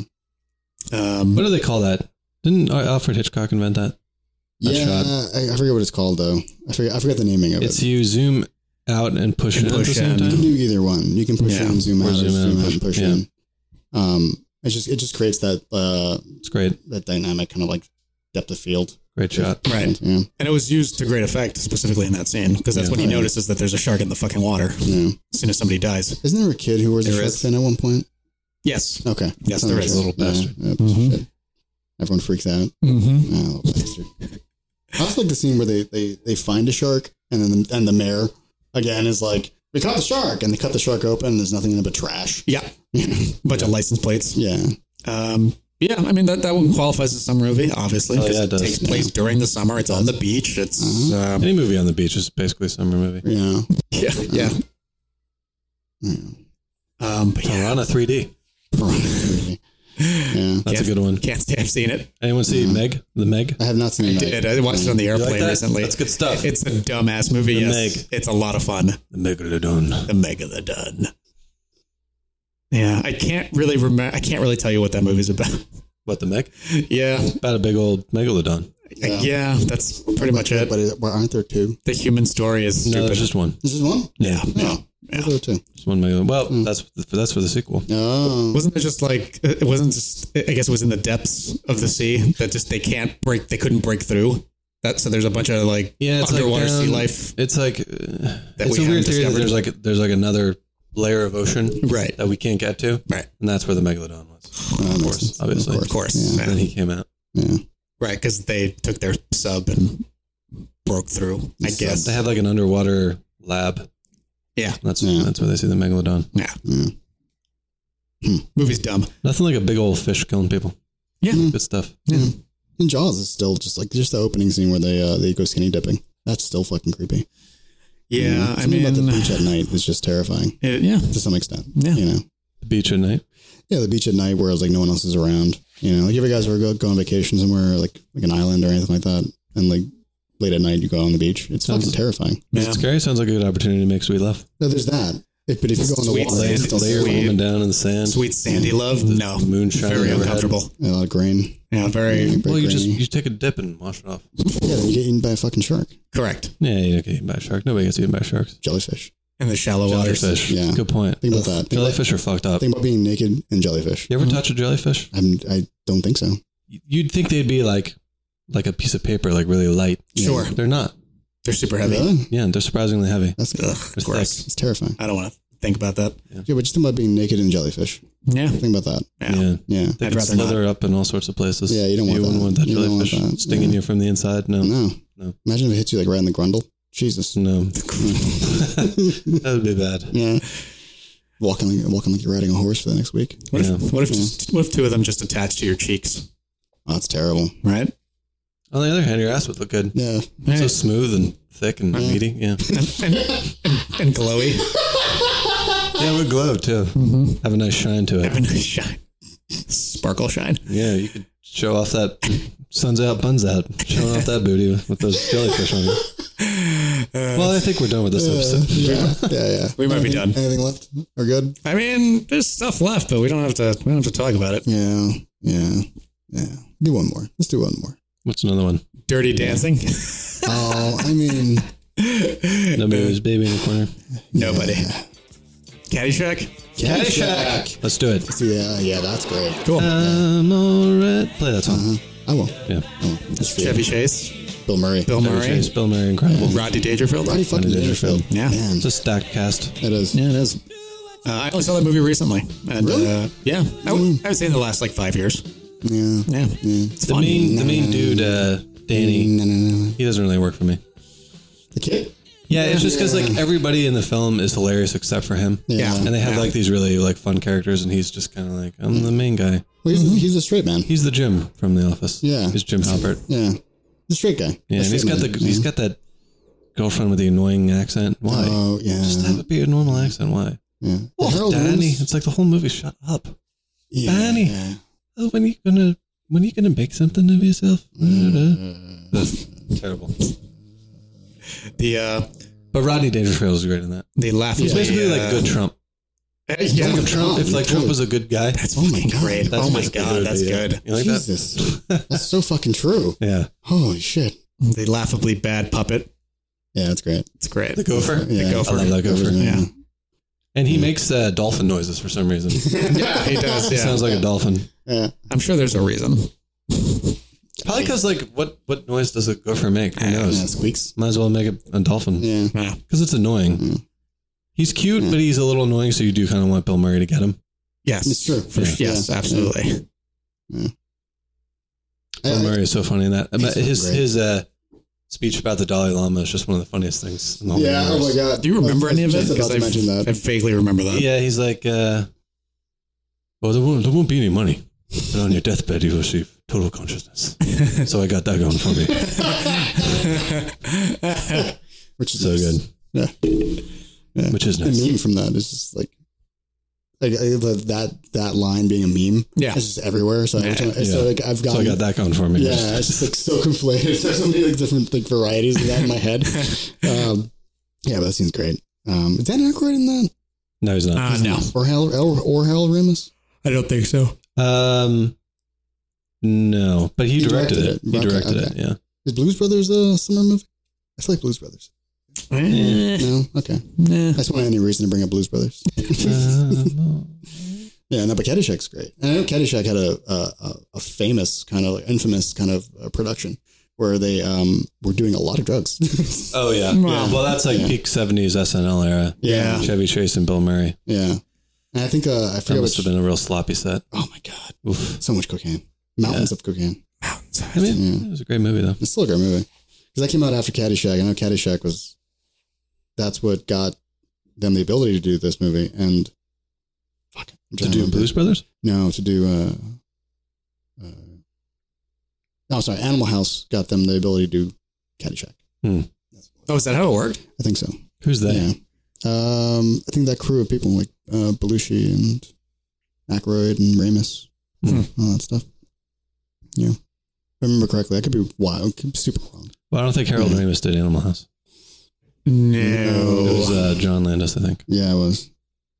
Um,
What do they call that? Didn't Al- Alfred Hitchcock invent that? That
Yeah, Uh, I, I forget what it's called though. I forget. I forget the naming of
It's
it.
you zoom out and push
And
in at
push
the same
in.
You can
time.
do either one. You can push
Yeah.
in, zoom
Or
out, or
zoom in,
zoom out, and
push-
push
yeah.
in. Um, it's just it just creates that uh
It's great.
that dynamic kind of like depth of field.
Great shot.
right,
Yeah,
and it was used to great effect, specifically in that scene, because that's
Yeah.
when he notices that there's a shark in the fucking water
yeah.
as soon as somebody dies.
Isn't there a kid who wears a
There
shark
is.
fin at one point?
Yes,
Okay.
Yes,
Son of
there
a
is.
bitch.
Little
Yeah,
bastard.
yeah, piece of
Mhm.
shit. Everyone freaks out.
mm-hmm.
Yeah, little bastard. I also like the scene where they, they, they find a shark and then the, and the mayor again is like, "We caught the shark," and they cut the shark open. and There's nothing in it but trash.
yeah, bunch of license plates.
Yeah,
Um, yeah, I mean that that one qualifies as a summer movie, obviously,
Oh,
'cause
yeah, Uh-huh. it
it,
does.
takes place during the summer. It's on the beach. It's um,
Any movie on the beach is basically a summer movie.
yeah,
yeah,
Uh-huh.
yeah.
yeah.
Um, but yeah,
Piranha 3D.
yeah.
That's
Yeah.
a good one.
can't say I've seen it.
Anyone see Meg? The Meg?
I have not seen
I
it.
did. I watched it on the
You like
airplane
that?
recently.
That's good stuff.
It's a dumbass movie.
The
yes.
Meg.
It's a lot of fun.
The Megalodon.
The Megalodon. Yeah, I can't really remember. I can't really tell you what that movie's about.
What, the Meg?
yeah,
About a big old megalodon.
yeah, that's pretty much it.
But it, well, aren't there two?
The human story is
No,
stupid.
there's just one.
This is one.
Yeah.
No,
Yeah.
there are two.
Just one megalodon. Well,
Mm.
that's that's for the sequel.
Oh,
Wasn't it just like it wasn't just? I guess it was in the depths of the sea that just they can't break. They couldn't break through. That so there's a bunch of like
Yeah, it's
underwater
like
sea
down-
life.
It's like uh,
That
it's
we haven't
a weird theory that
discovered.
there's like there's like another layer of ocean
Right.
that we can't get to,
Right.
and that's where the megalodon was.
Oh, that
of
makes
course,
sense.
obviously.
Of course.
Yeah.
And then he came out.
yeah.
Right, because they took their sub and broke through. I
Sub.
guess.
They had like an underwater lab.
Yeah.
That's
Yeah.
that's where they see the megalodon.
Hmm.
Yeah. Hmm.
Yeah.
Movie's dumb.
Nothing like a big old fish killing people.
Yeah,
Hmm.
good stuff.
Yeah. And Jaws is still just like just the opening scene where they uh, they go skinny dipping. That's still fucking creepy.
Yeah,
Mm,
I
something about
mean-
the beach at night is just terrifying.
It- yeah.
to some extent.
Yeah.
you know,
the beach at night.
Yeah, the beach at night where it's like no one else is around. You know, like if you guys ever go, go on vacation somewhere, like like an island or anything like that, and like late at night you go on the beach, it's fucking terrifying.
Is it scary? Sounds like a good opportunity to make sweet love.
No, there's that. If, but if you go on the
Sweet
water,
sand-
it's still
layer
sweet.
woman down in the sand.
Sweet sandy love?
The
No.
moonshine.
Very
overhead.
uncomfortable.
a lot of grain.
Yeah, very.
Hmm.
Well, you just you take a dip and wash it off.
yeah, then you get eaten by a fucking shark.
Correct.
Yeah, you don't get eaten by a shark. Nobody gets eaten by sharks.
Jellyfish.
In the shallow waters.
Jellyfish.
Yeah.
Good point.
Think about that. Think
jellyfish
about-
are fucked up.
Think Mm-hmm. about being naked and jellyfish.
You ever touch a jellyfish?
I'm, I don't think so.
You'd think they'd be like like a piece of paper, like really light.
Sure.
They're not.
They're super heavy.
Really?
Yeah, they're surprisingly heavy.
That's
good.
gross.
It's terrifying.
I don't want to think about that.
Yeah. but just think about being naked and jellyfish.
Yeah.
Think about that.
Yeah. yeah.
Yeah.
They
I'd
could
rather not.
slither up in all sorts of places.
Yeah, you don't want that.
wouldn't want that
You don't want
jellyfish
that,
stinging
yeah.
you from the inside. No.
No.
No.
Imagine if it hits you like right in the grundle. Jesus.
No. that would be bad.
Yeah. Walking like, walking like you're riding a horse for the next week.
What if, what, if just, what if two of them just attached to your cheeks?
Oh, that's terrible.
Right?
On the other hand, your ass would look good.
Yeah.
So smooth and thick and meaty. Yeah.
And glowy.
yeah, it would glow too.
Mm-hmm.
Have a nice shine to it. Have
a nice shine. Sparkle shine.
Yeah, you could show off that sun's out, buns out. Showing off that booty with those jellyfish on you. well, I think we're done with this episode.
yeah, yeah, yeah.
We might be
Anything-
done.
Anything left? We're good.
I mean, there's stuff left, but we don't have to. We don't have to talk about it.
Yeah, yeah, yeah. Do one more. Let's do one more.
What's another one?
Dirty Dancing.
Oh, I mean,
Nobody was baby in the corner.
Nobody. Caddyshack.
Caddyshack.
Let's do it.
See, yeah, yeah, that's great.
Cool.
I'm alright. Play that song.
I will.
Yeah.
That's
Chevy Chase.
Bill Murray.
Bill
Chevy
Murray.
Chase, Bill Murray, incredible.
Rodney Dangerfield.
Rodney fucking
Rodney Dangerfield.
Dangerfield.
Yeah.
Man.
It's a stacked cast.
It is.
Yeah, it is. Uh, I only saw that movie recently. And,
Really? Hmm.
Uh, yeah. I, w- I would say in the last like five years.
Yeah.
Yeah.
It's
The
fun.
main, the main dude, uh, Danny.
No, no, no, no.
He doesn't really work for me.
The kid.
Yeah, it's just because like everybody in the film is hilarious except for him.
Yeah.
and they have
Yeah.
like these really like fun characters, and he's just kind of like I'm the main guy.
Well, he's, he's a straight man.
He's the Jim from The Office.
Yeah.
he's Jim Halpert.
Yeah. He's a straight guy.
Yeah,
A
and he's
straight
got the
man. Mm-hmm.
he's got that girlfriend with the annoying accent. Why?
Oh yeah.
Just have it be a normal accent. Why?
yeah.
Oh,
Harold
Danny,
Ramis-
it's like the whole movie. Shut up,
Yeah.
Danny. Oh, when are you gonna when are you gonna make something of yourself?
Mm-hmm.
That's terrible.
The uh,
But Rodney Dangerfield is great in that.
the laughing.
He's basically like good Trump.
uh, eh, Yeah.
Think of Trump, if like Trump
totally.
was a good guy,
That's fucking great.
That's
oh my
basically who
god,
it'd
that's
be, yeah.
good.
You like that?
Jesus. that's so fucking true.
Yeah.
Holy shit.
The laughably bad puppet.
Yeah, that's great.
It's great.
The gopher.
Yeah.
The gopher.
I love that gopher.
Yeah.
And he makes uh, dolphin noises for some reason.
yeah, he does.
He
Yeah.
sounds like a dolphin.
Yeah.
I'm sure there's a reason.
Probably because like what what noise does a gopher make? Who
Yeah,
knows?
squeaks.
Might as well make a, a dolphin
Yeah.
Yeah.
because it's annoying. He's cute, but he's a little annoying. So you do kind of want Bill Murray to get him.
Yes.
It's true.
For,
Yeah.
Yes, absolutely.
Bill
I- I-
Murray is so funny in that. But
fucking
his
great.
his uh, speech about the Dalai Lama is just one of the funniest things. In the whole
Yeah. Oh my
universe.
god.
Do you remember
I was
any of it?
just about
'Cause
to
I-
mention that.
I vaguely remember that.
Yeah, he's like, uh, well, there won't, there won't be any money, but on your deathbed you'll receive total consciousness. so I got that going for me.
Which is
So
nice.
good.
Yeah. Yeah.
Which is
The
nice.
meme from that is just like, like I- the- that that line being a meme.
Yeah.
It's just everywhere. So, every time, so
Yeah.
like I've
So I
gotten.
got that going for me.
yeah, it's just like so conflated. There's so many like different like varieties of that in my head. Um, yeah, but that seems great. Um, is Dan Aykroyd in that?
No, he's not.
Uh, no,
Or Hal El, or Hal Ramis?
I don't think so.
um, no, but he,
He
directed,
directed it.
it. He
Okay,
directed
okay.
it. Yeah.
Is Blues Brothers a summer movie? I feel like Blues Brothers.
Eh,
No, okay. I just want any reason to bring up Blues Brothers.
Uh,
Yeah, no, but Caddyshack's great. And I know Caddyshack had a a, a- a famous kind of infamous kind of uh, production where they um were doing a lot of drugs.
Oh yeah.
Wow.
Well, that's like peak '70s SNL era.
Yeah.
Chevy Chase and Bill Murray.
yeah, and I think uh, I
That
forget
must
which.
have been a real sloppy set.
oh my god,
Oof.
so much cocaine, mountains of cocaine.
I mean, it was a great movie though.
It's still a great movie because that came out after Caddyshack. I know Caddyshack was that's what got them the ability to do this movie, and fuck,
To do Blues Brothers?
No, to do. Uh, uh, oh, sorry. Animal House got them the ability to do Caddyshack.
Hmm.
Oh, is that how it worked?
I think so.
Who's that?
Yeah. Um, I think that crew of people like uh, Belushi and Aykroyd and Ramus,
Hmm.
all that stuff. Yeah, if I remember correctly. I could be wild, could be super wrong.
Well, I don't think Harold
Yeah.
Ramis did Animal House.
No.
It was uh, John Landis, I think.
Yeah, I was.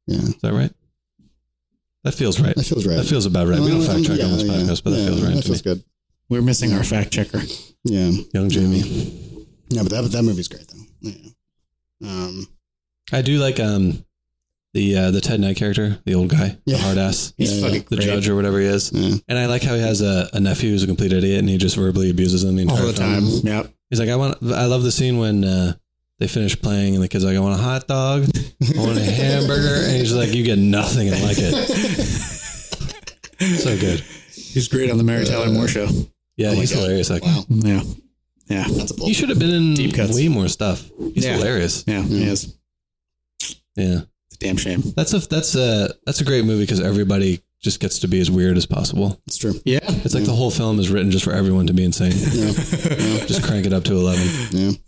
Yeah,
Is that right? That feels right.
that feels right.
That feels about right. we don't
Well,
fact check on this
yeah, yeah.
podcast, but that
Yeah,
feels right.
That
to
feels
me.
good.
We're missing our fact checker.
Yeah,
Young Jamie.
yeah, but that that movie's great though. Yeah. Um,
I do like um the uh, the Ted Knight character, the old guy,
Yeah.
the hard ass,
He's Yeah, fucking
the
great.
judge or whatever he is. And I like how he has a, a nephew who's a complete idiot, and he just verbally abuses him the entire
All the time.
time.
Yep.
He's like, I want. I love the scene when uh, they finish playing, and the kid's like, I want a hot dog, I want a hamburger, and he's like, you get nothing and like it. so good.
He's great on the Mary Tyler Moore show.
Yeah,
Oh my
he's
God.
hilarious. Like,
Yeah. Yeah. That's a
he should have been in
Deep cuts.
way more stuff. He's
Yeah.
hilarious.
Yeah, he is.
Yeah,
It's a damn shame.
that's a that's a that's a great movie because everybody just gets to be as weird as possible.
It's true.
Yeah.
It's like the whole film is written just for everyone to be insane.
Yeah.
Just crank it up to eleven.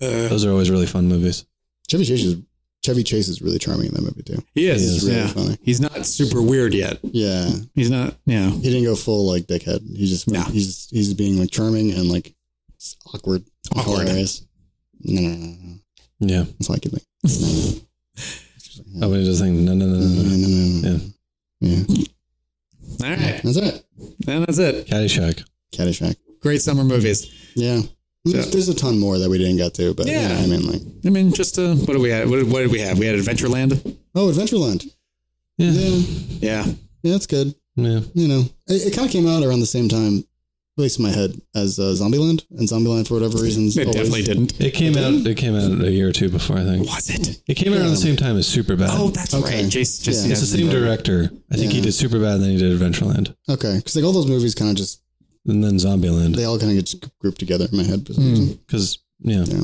Yeah.
Those are always really fun movies.
Chevy Chase is Chevy Chase is really charming in that movie too.
He is.
He's really
yeah.
funny.
He's not super weird yet.
Yeah,
He's not, yeah.
he didn't go full like dickhead. He just
No.
he's just, he's being like charming and like s- awkward, and
Awkward.
hilarious. No, no, no, no, no.
Yeah.
that's all I could think.
Oh, but he does think no, no, no, no,
Mm-hmm.
no.
No, no, no, no.
Yeah.
Yeah,
All right.
that's it.
And that's it.
Caddyshack.
Caddyshack.
Great summer movies.
Yeah, there's, there's a ton more that we didn't get to, but yeah,
Yeah.
I mean, like
I mean, just, uh, what do we have? What, did- what did we have? We had Adventureland.
oh, Adventureland.
Yeah.
yeah,
Yeah.
yeah, that's good.
Yeah.
you know, it, it kind of came out around the same time, at least in my head, as uh, Zombieland. And Zombieland, for whatever reasons,
It definitely didn't.
It came out. It came out a year or two before I think.
Was it?
It came out around the same time as Superbad.
Oh, that's
Okay.
right. Jason, Jason
it's the same director. I think he
Yeah.
did Superbad, and then he did Adventureland,
Okay, because like all those movies kind of just
and then Zombieland.
they all kind of get grouped together in my head. for some reason.
Because yeah,
Yeah,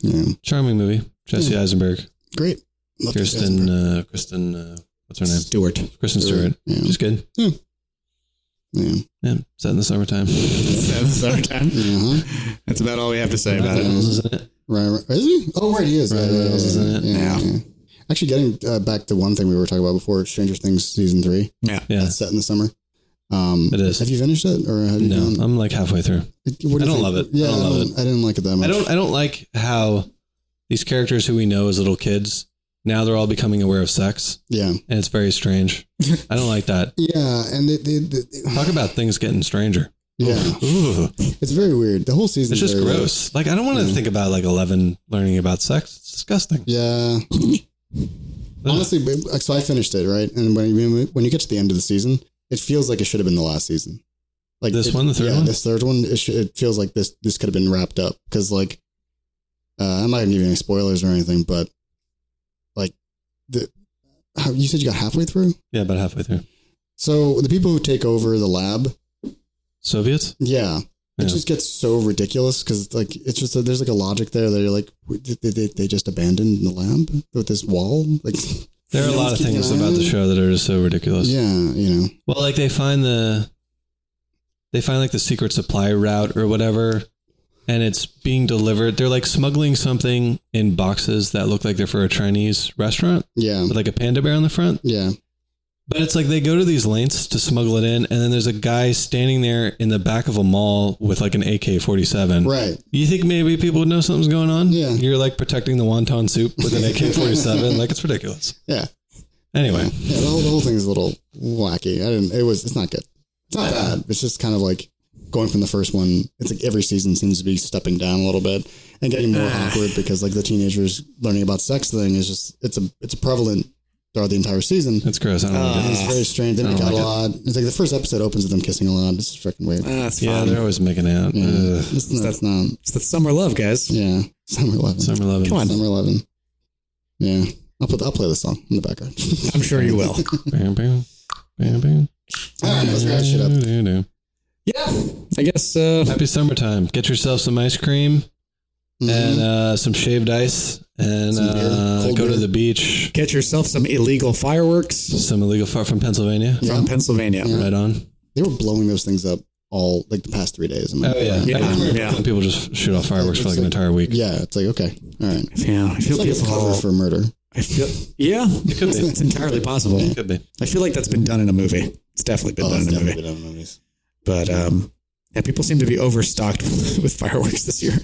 yeah,
charming movie. Jesse
Yeah.
Eisenberg,
Hmm. great. Hmm. Love those guys.
Kristen, uh, Kristen, uh, what's her name?
Stewart.
Kristen Stewart.
Yeah. Hmm.
She's good.
yeah,
Yeah, set in the summertime.
That's our time.
uh-huh.
That's about all we have to say about it.
Reynolds is in it.
Ryan, Re- is he? Oh, right, he is.
Ryan
Yeah, yeah,
Reynolds is
yeah,
in it.
yeah,
Yeah.
yeah. Actually, getting uh, back to one thing we were talking about before, Stranger Things season three.
Yeah.
Yeah,
That's set in the summer. Um,
It is.
Have you finished it, or have you?
no,
gone-
I'm like halfway through.
What do you
I don't
think?
love it. I
Yeah,
don't love
I, didn't like it that much.
I don't. I don't like how these characters who we know as little kids now they're all becoming aware of sex,
yeah,
and it's very strange. I don't like that.
yeah, Uh, and they, they, they, oh.
Talk about things getting stranger.
yeah,
Ooh,
it's very weird. The whole season.
it's just
very weird.
gross. Like I don't want to
Yeah.
think about like eleven learning about sex. It's disgusting.
Yeah. Honestly, but- so I finished it right, and when you, when you get to the end of the season, it feels like it should have been the last season. Like
This
it-
one, the third
yeah,
one?
this third one, it, should, it feels like this this could have been wrapped up because like uh, I'm not gonna give you any spoilers or anything, but like the how, you said you got halfway through,
Yeah, about halfway through.
so the people who take over the lab,
Soviets.
yeah, it
Yeah.
just gets so ridiculous because like it's just there's like a logic there that you're like they, they, they just abandoned the lab with this wall like
There are a
no
lot of
one's keeping
things
an eye
about
on
the
it.
show that are just so ridiculous.
yeah you know
Well, like they find the they find like the secret supply route or whatever, and it's being delivered. They're like smuggling something in boxes that look like they're for a Chinese restaurant
yeah
with like a panda bear on the front.
yeah
But it's like they go to these lengths to smuggle it in, and then there's a guy standing there in the back of a mall with like an AK forty seven.
right
You think maybe people would know something's going on?
Yeah.
You're like protecting the wonton soup with an AK forty seven. Like it's ridiculous.
yeah
Anyway.
yeah the whole, the whole thing's a little wacky I didn't it was it's not good it's not bad it's just kind of like going from the first one it's like every season seems to be stepping down a little bit and getting more awkward because like the teenagers learning about sex thing is just it's a it's prevalent throughout the entire season
That's gross. I don't like it.
It's very strange. They
I don't
make out
like
a lot. Ah, It's like the first episode opens with them kissing a lot. It's freaking weird.
Ah, that's
Yeah,
fun.
they're always making out.
Yeah.
Ugh.
It's, not, it's not.
It's the summer love, guys.
Yeah. Summer 11.
Summer loving.
Come on.
Summer 11. Yeah. I'll, put, I'll play the song in the background.
I'm sure you will.
Bam, bam, bam, bam.
All right, let's wrap shit up.
Do, do.
yeah. I guess uh,
Happy summertime. Get yourself some ice cream.
Mm-hmm.
and uh, some shaved ice and
Some beer,
uh,
cold
go to
beer.
the beach.
Get yourself some illegal fireworks.
Some illegal fire from Pennsylvania.
From Pennsylvania.
Right on.
They were blowing those things up all like the past three days. I'm
Oh
like,
yeah,
like,
I remember when People just shoot off fireworks for like an entire week.
Yeah, it's like okay, all right.
Yeah, I feel
it's like a
people-
cover for murder.
I feel yeah, it
could be.
It's entirely possible.
It could be.
I feel like that's been done in a movie. It's definitely been
Oh,
done
it's
in a movie.
definitely been done in movies.
But um, yeah, people seem to be overstocked with fireworks this year.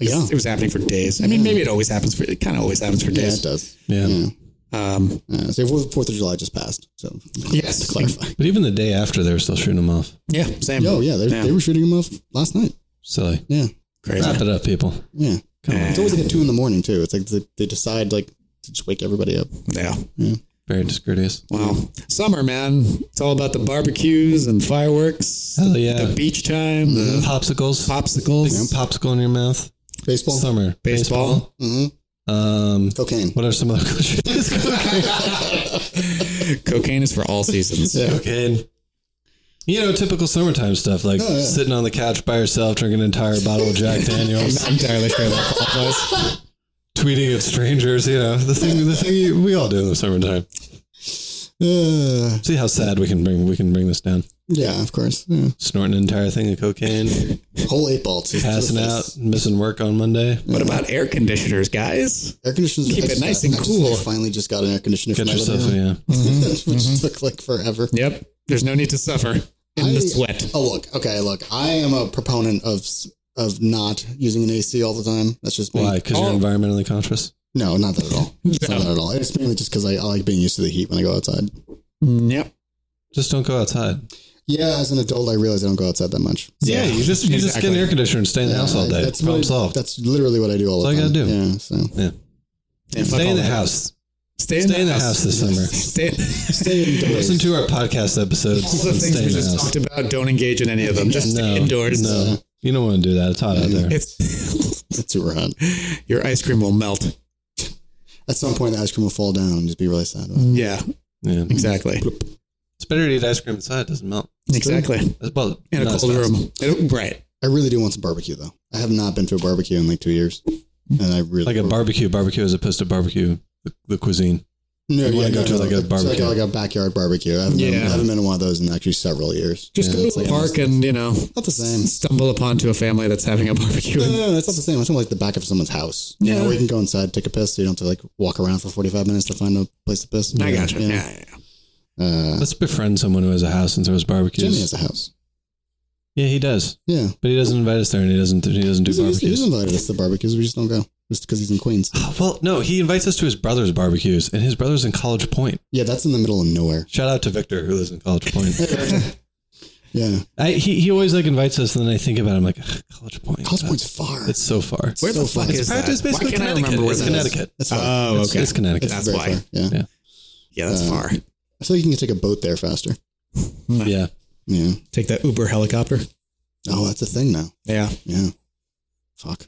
Yeah.
it was happening for days. I mean, maybe it always happens for. It kind of always happens for
Yeah,
days.
it does.
Yeah.
Um,
Uh, so Fourth of July just passed. So
Yes.
to clarify.
But even the day after, they were still shooting them off.
Yeah, same.
Oh yeah, they're-
Yeah.
they were shooting them off last night.
Silly.
Yeah,
Crazy.
Wrap it up, people.
yeah.
Come on.
It's always like at two in the morning too. It's like they, they decide like to just wake everybody up.
Yeah.
Yeah.
Very discourteous.
Wow. Summer, man. It's all about the barbecues and fireworks.
Hell yeah.
The beach time.
Mm-hmm.
The
popsicles.
Popsicles. Oh.
Big popsicle in your mouth.
Baseball.
Summer.
Baseball.
Baseball. Um,
Cocaine.
What are some other
Cocaine is for all seasons.
Cocaine. You know, typical summertime stuff like
Oh, yeah.
sitting on the couch by yourself, drinking an entire bottle of Jack Daniels,
I'm entirely sure that
tweeting at strangers. You know, the thing, the thing you, we all do in the summertime.
Uh,
See how sad we can bring we can bring this down.
yeah, of course. Yeah.
Snorting an entire thing of cocaine,
Whole eight ball. to- to the
passing
face.
out, missing work on Monday.
What about air conditioners, guys?
Air conditioners. I
Keep it
just
nice
got-
and
I just-
cool.
I finally just got an air conditioner.
Got
for my
yourself
living
a-
room.
yeah.
which took like forever.
Yep. There's no need to suffer in
I-
the sweat.
Oh look, okay, look. I am a proponent of s- of not using an AC all the time. That's just me.
Why? Because you're environmentally conscious.
No, not that at all. It's Not that at all. It's mainly just because I, I like being used to the heat when I go outside.
Yep.
Just don't go outside.
Yeah, as an adult, I realize I don't go outside that much.
Yeah, you just you just get an air conditioner and stay in the house all day.
That's
Problem
what I-
solved.
That's literally what I do all
That's
the
all
time.
you gotta do.
Yeah, so
Yeah.
Yeah, fuck
Stay
all
in the
that.
house.
Stay in,
Stay in the house this summer.
Stay,
stay indoors.
Listen to our podcast episodes.
All the
and
things
stay
we
in the
just
house.
talked about, don't engage in any of them. Just stay indoors.
No, you don't want to do that. It's hot out there.
It's,
it's super hot.
your ice cream will melt.
At some point, the ice cream will fall down um, and just be really sad. About it.
Yeah,
Yeah,
exactly.
it's better to eat ice cream inside. It doesn't melt.
Exactly.
It's about
In a
not
cold
as fast.
room. It- right.
I really do want some barbecue though. I have not been to a barbecue in like two years, and I really
Like a barbecue, barbecue as opposed to barbecue, the, the cuisine.
No,
You wanna
yeah,
go
no,
to
no,
like a
it's
barbecue.
like, a backyard barbecue. I haven't, been,
Yeah.
I haven't been to one of those in actually several years.
Just
Yeah,
go
it's
to the
like
park and, you know,
not the same.
stumble upon to a family that's having a barbecue.
No, no, no, that's not the same. It's like the back of someone's house. Yeah, you know,
Yeah.
where you can go inside, take a piss, so you don't have to like walk around for forty five minutes to find a place to piss.
I gotcha.
you know?
Yeah, yeah, yeah.
Uh,
Let's befriend someone who has a house and throws barbecues.
Jimmy has a house.
Yeah, he does,
Yeah,
but he doesn't invite us there, and he doesn't. He doesn't do
he's, he's,
barbecues.
he's invited us to barbecues. We just don't go just because he's in Queens.
Well, no, he invites us to his brother's barbecues, and his brother's in College Point.
Yeah, that's in the middle of nowhere.
Shout out to Victor who lives in College Point.
Yeah,
I, he he always like invites us, and then I think about it. I'm like, "Ugh, College Point.
College Point's far.
It's so far.
Where the
so
fuck
far.
is that?
It's
Why
basically
can't I
Connecticut.
remember where
It's
that is?
Connecticut.
That's far.
Oh,
It's-
okay.
it's Connecticut.
It's
That's
very
why.
Far. Yeah.
Yeah.
Yeah, that's
Uh,
far.
I feel like you can take a boat there faster.
Hmm.
Yeah.
Yeah.
Take that Uber helicopter.
Oh, that's a thing now.
Yeah.
Yeah. Fuck.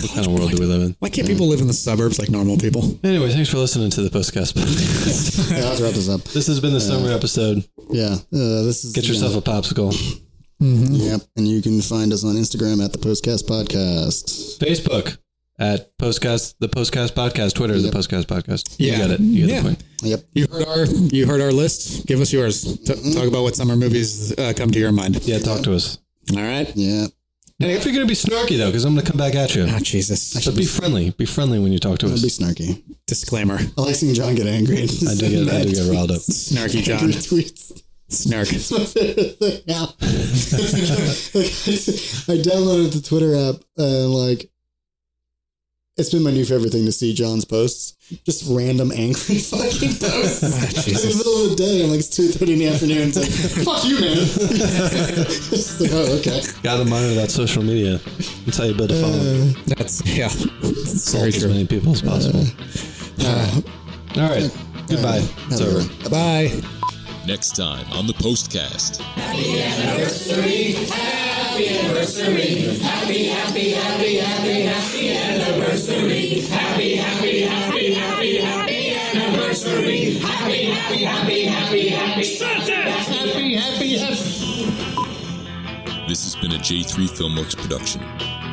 What kind of world do we live in?
Why can't people live in the suburbs like normal people?
Anyway, thanks for listening to the podcast.
Yeah, let's wrap this up.
this has been the summer episode.
Yeah. Uh, this is
Get yourself a popsicle.
Yep. And you can find us on Instagram at the Postcast Podcast.
Facebook at Postcast, the Postcast Podcast. Twitter, the Postcast Podcast. You
Yeah.
got it. You got
Yeah.
the point.
Yep.
You heard our you heard our list. Give us yours. T- talk about what summer movies uh, come to your mind.
Yeah, talk to us.
All right.
Yeah.
And if you're going to be snarky, though, because I'm going to come back at you.
Oh Jesus.
But be friendly. Be friendly when you talk to
It'll be
us.
snarky.
Disclaimer.
I like seeing John get angry.
I do get, I do get riled up.
Snarky John.
Angry tweets.
Snark.
It's my favorite thing now. I downloaded the Twitter app and Uh, like it's been my new favorite thing to see John's posts. Just random angry fucking posts. in the middle of the day, I'm like it's two thirty in the afternoon. It's like fuck you, man. it's just like, oh, okay.
Got to monitor that social media. That's how you build a following.
That's yeah. It's
Salt
Uh, very
as
true. Uh,
many people as possible. All right. Goodbye. It's over.
Bye.
Next time on the Postcast. This has been a J3 Filmworks production.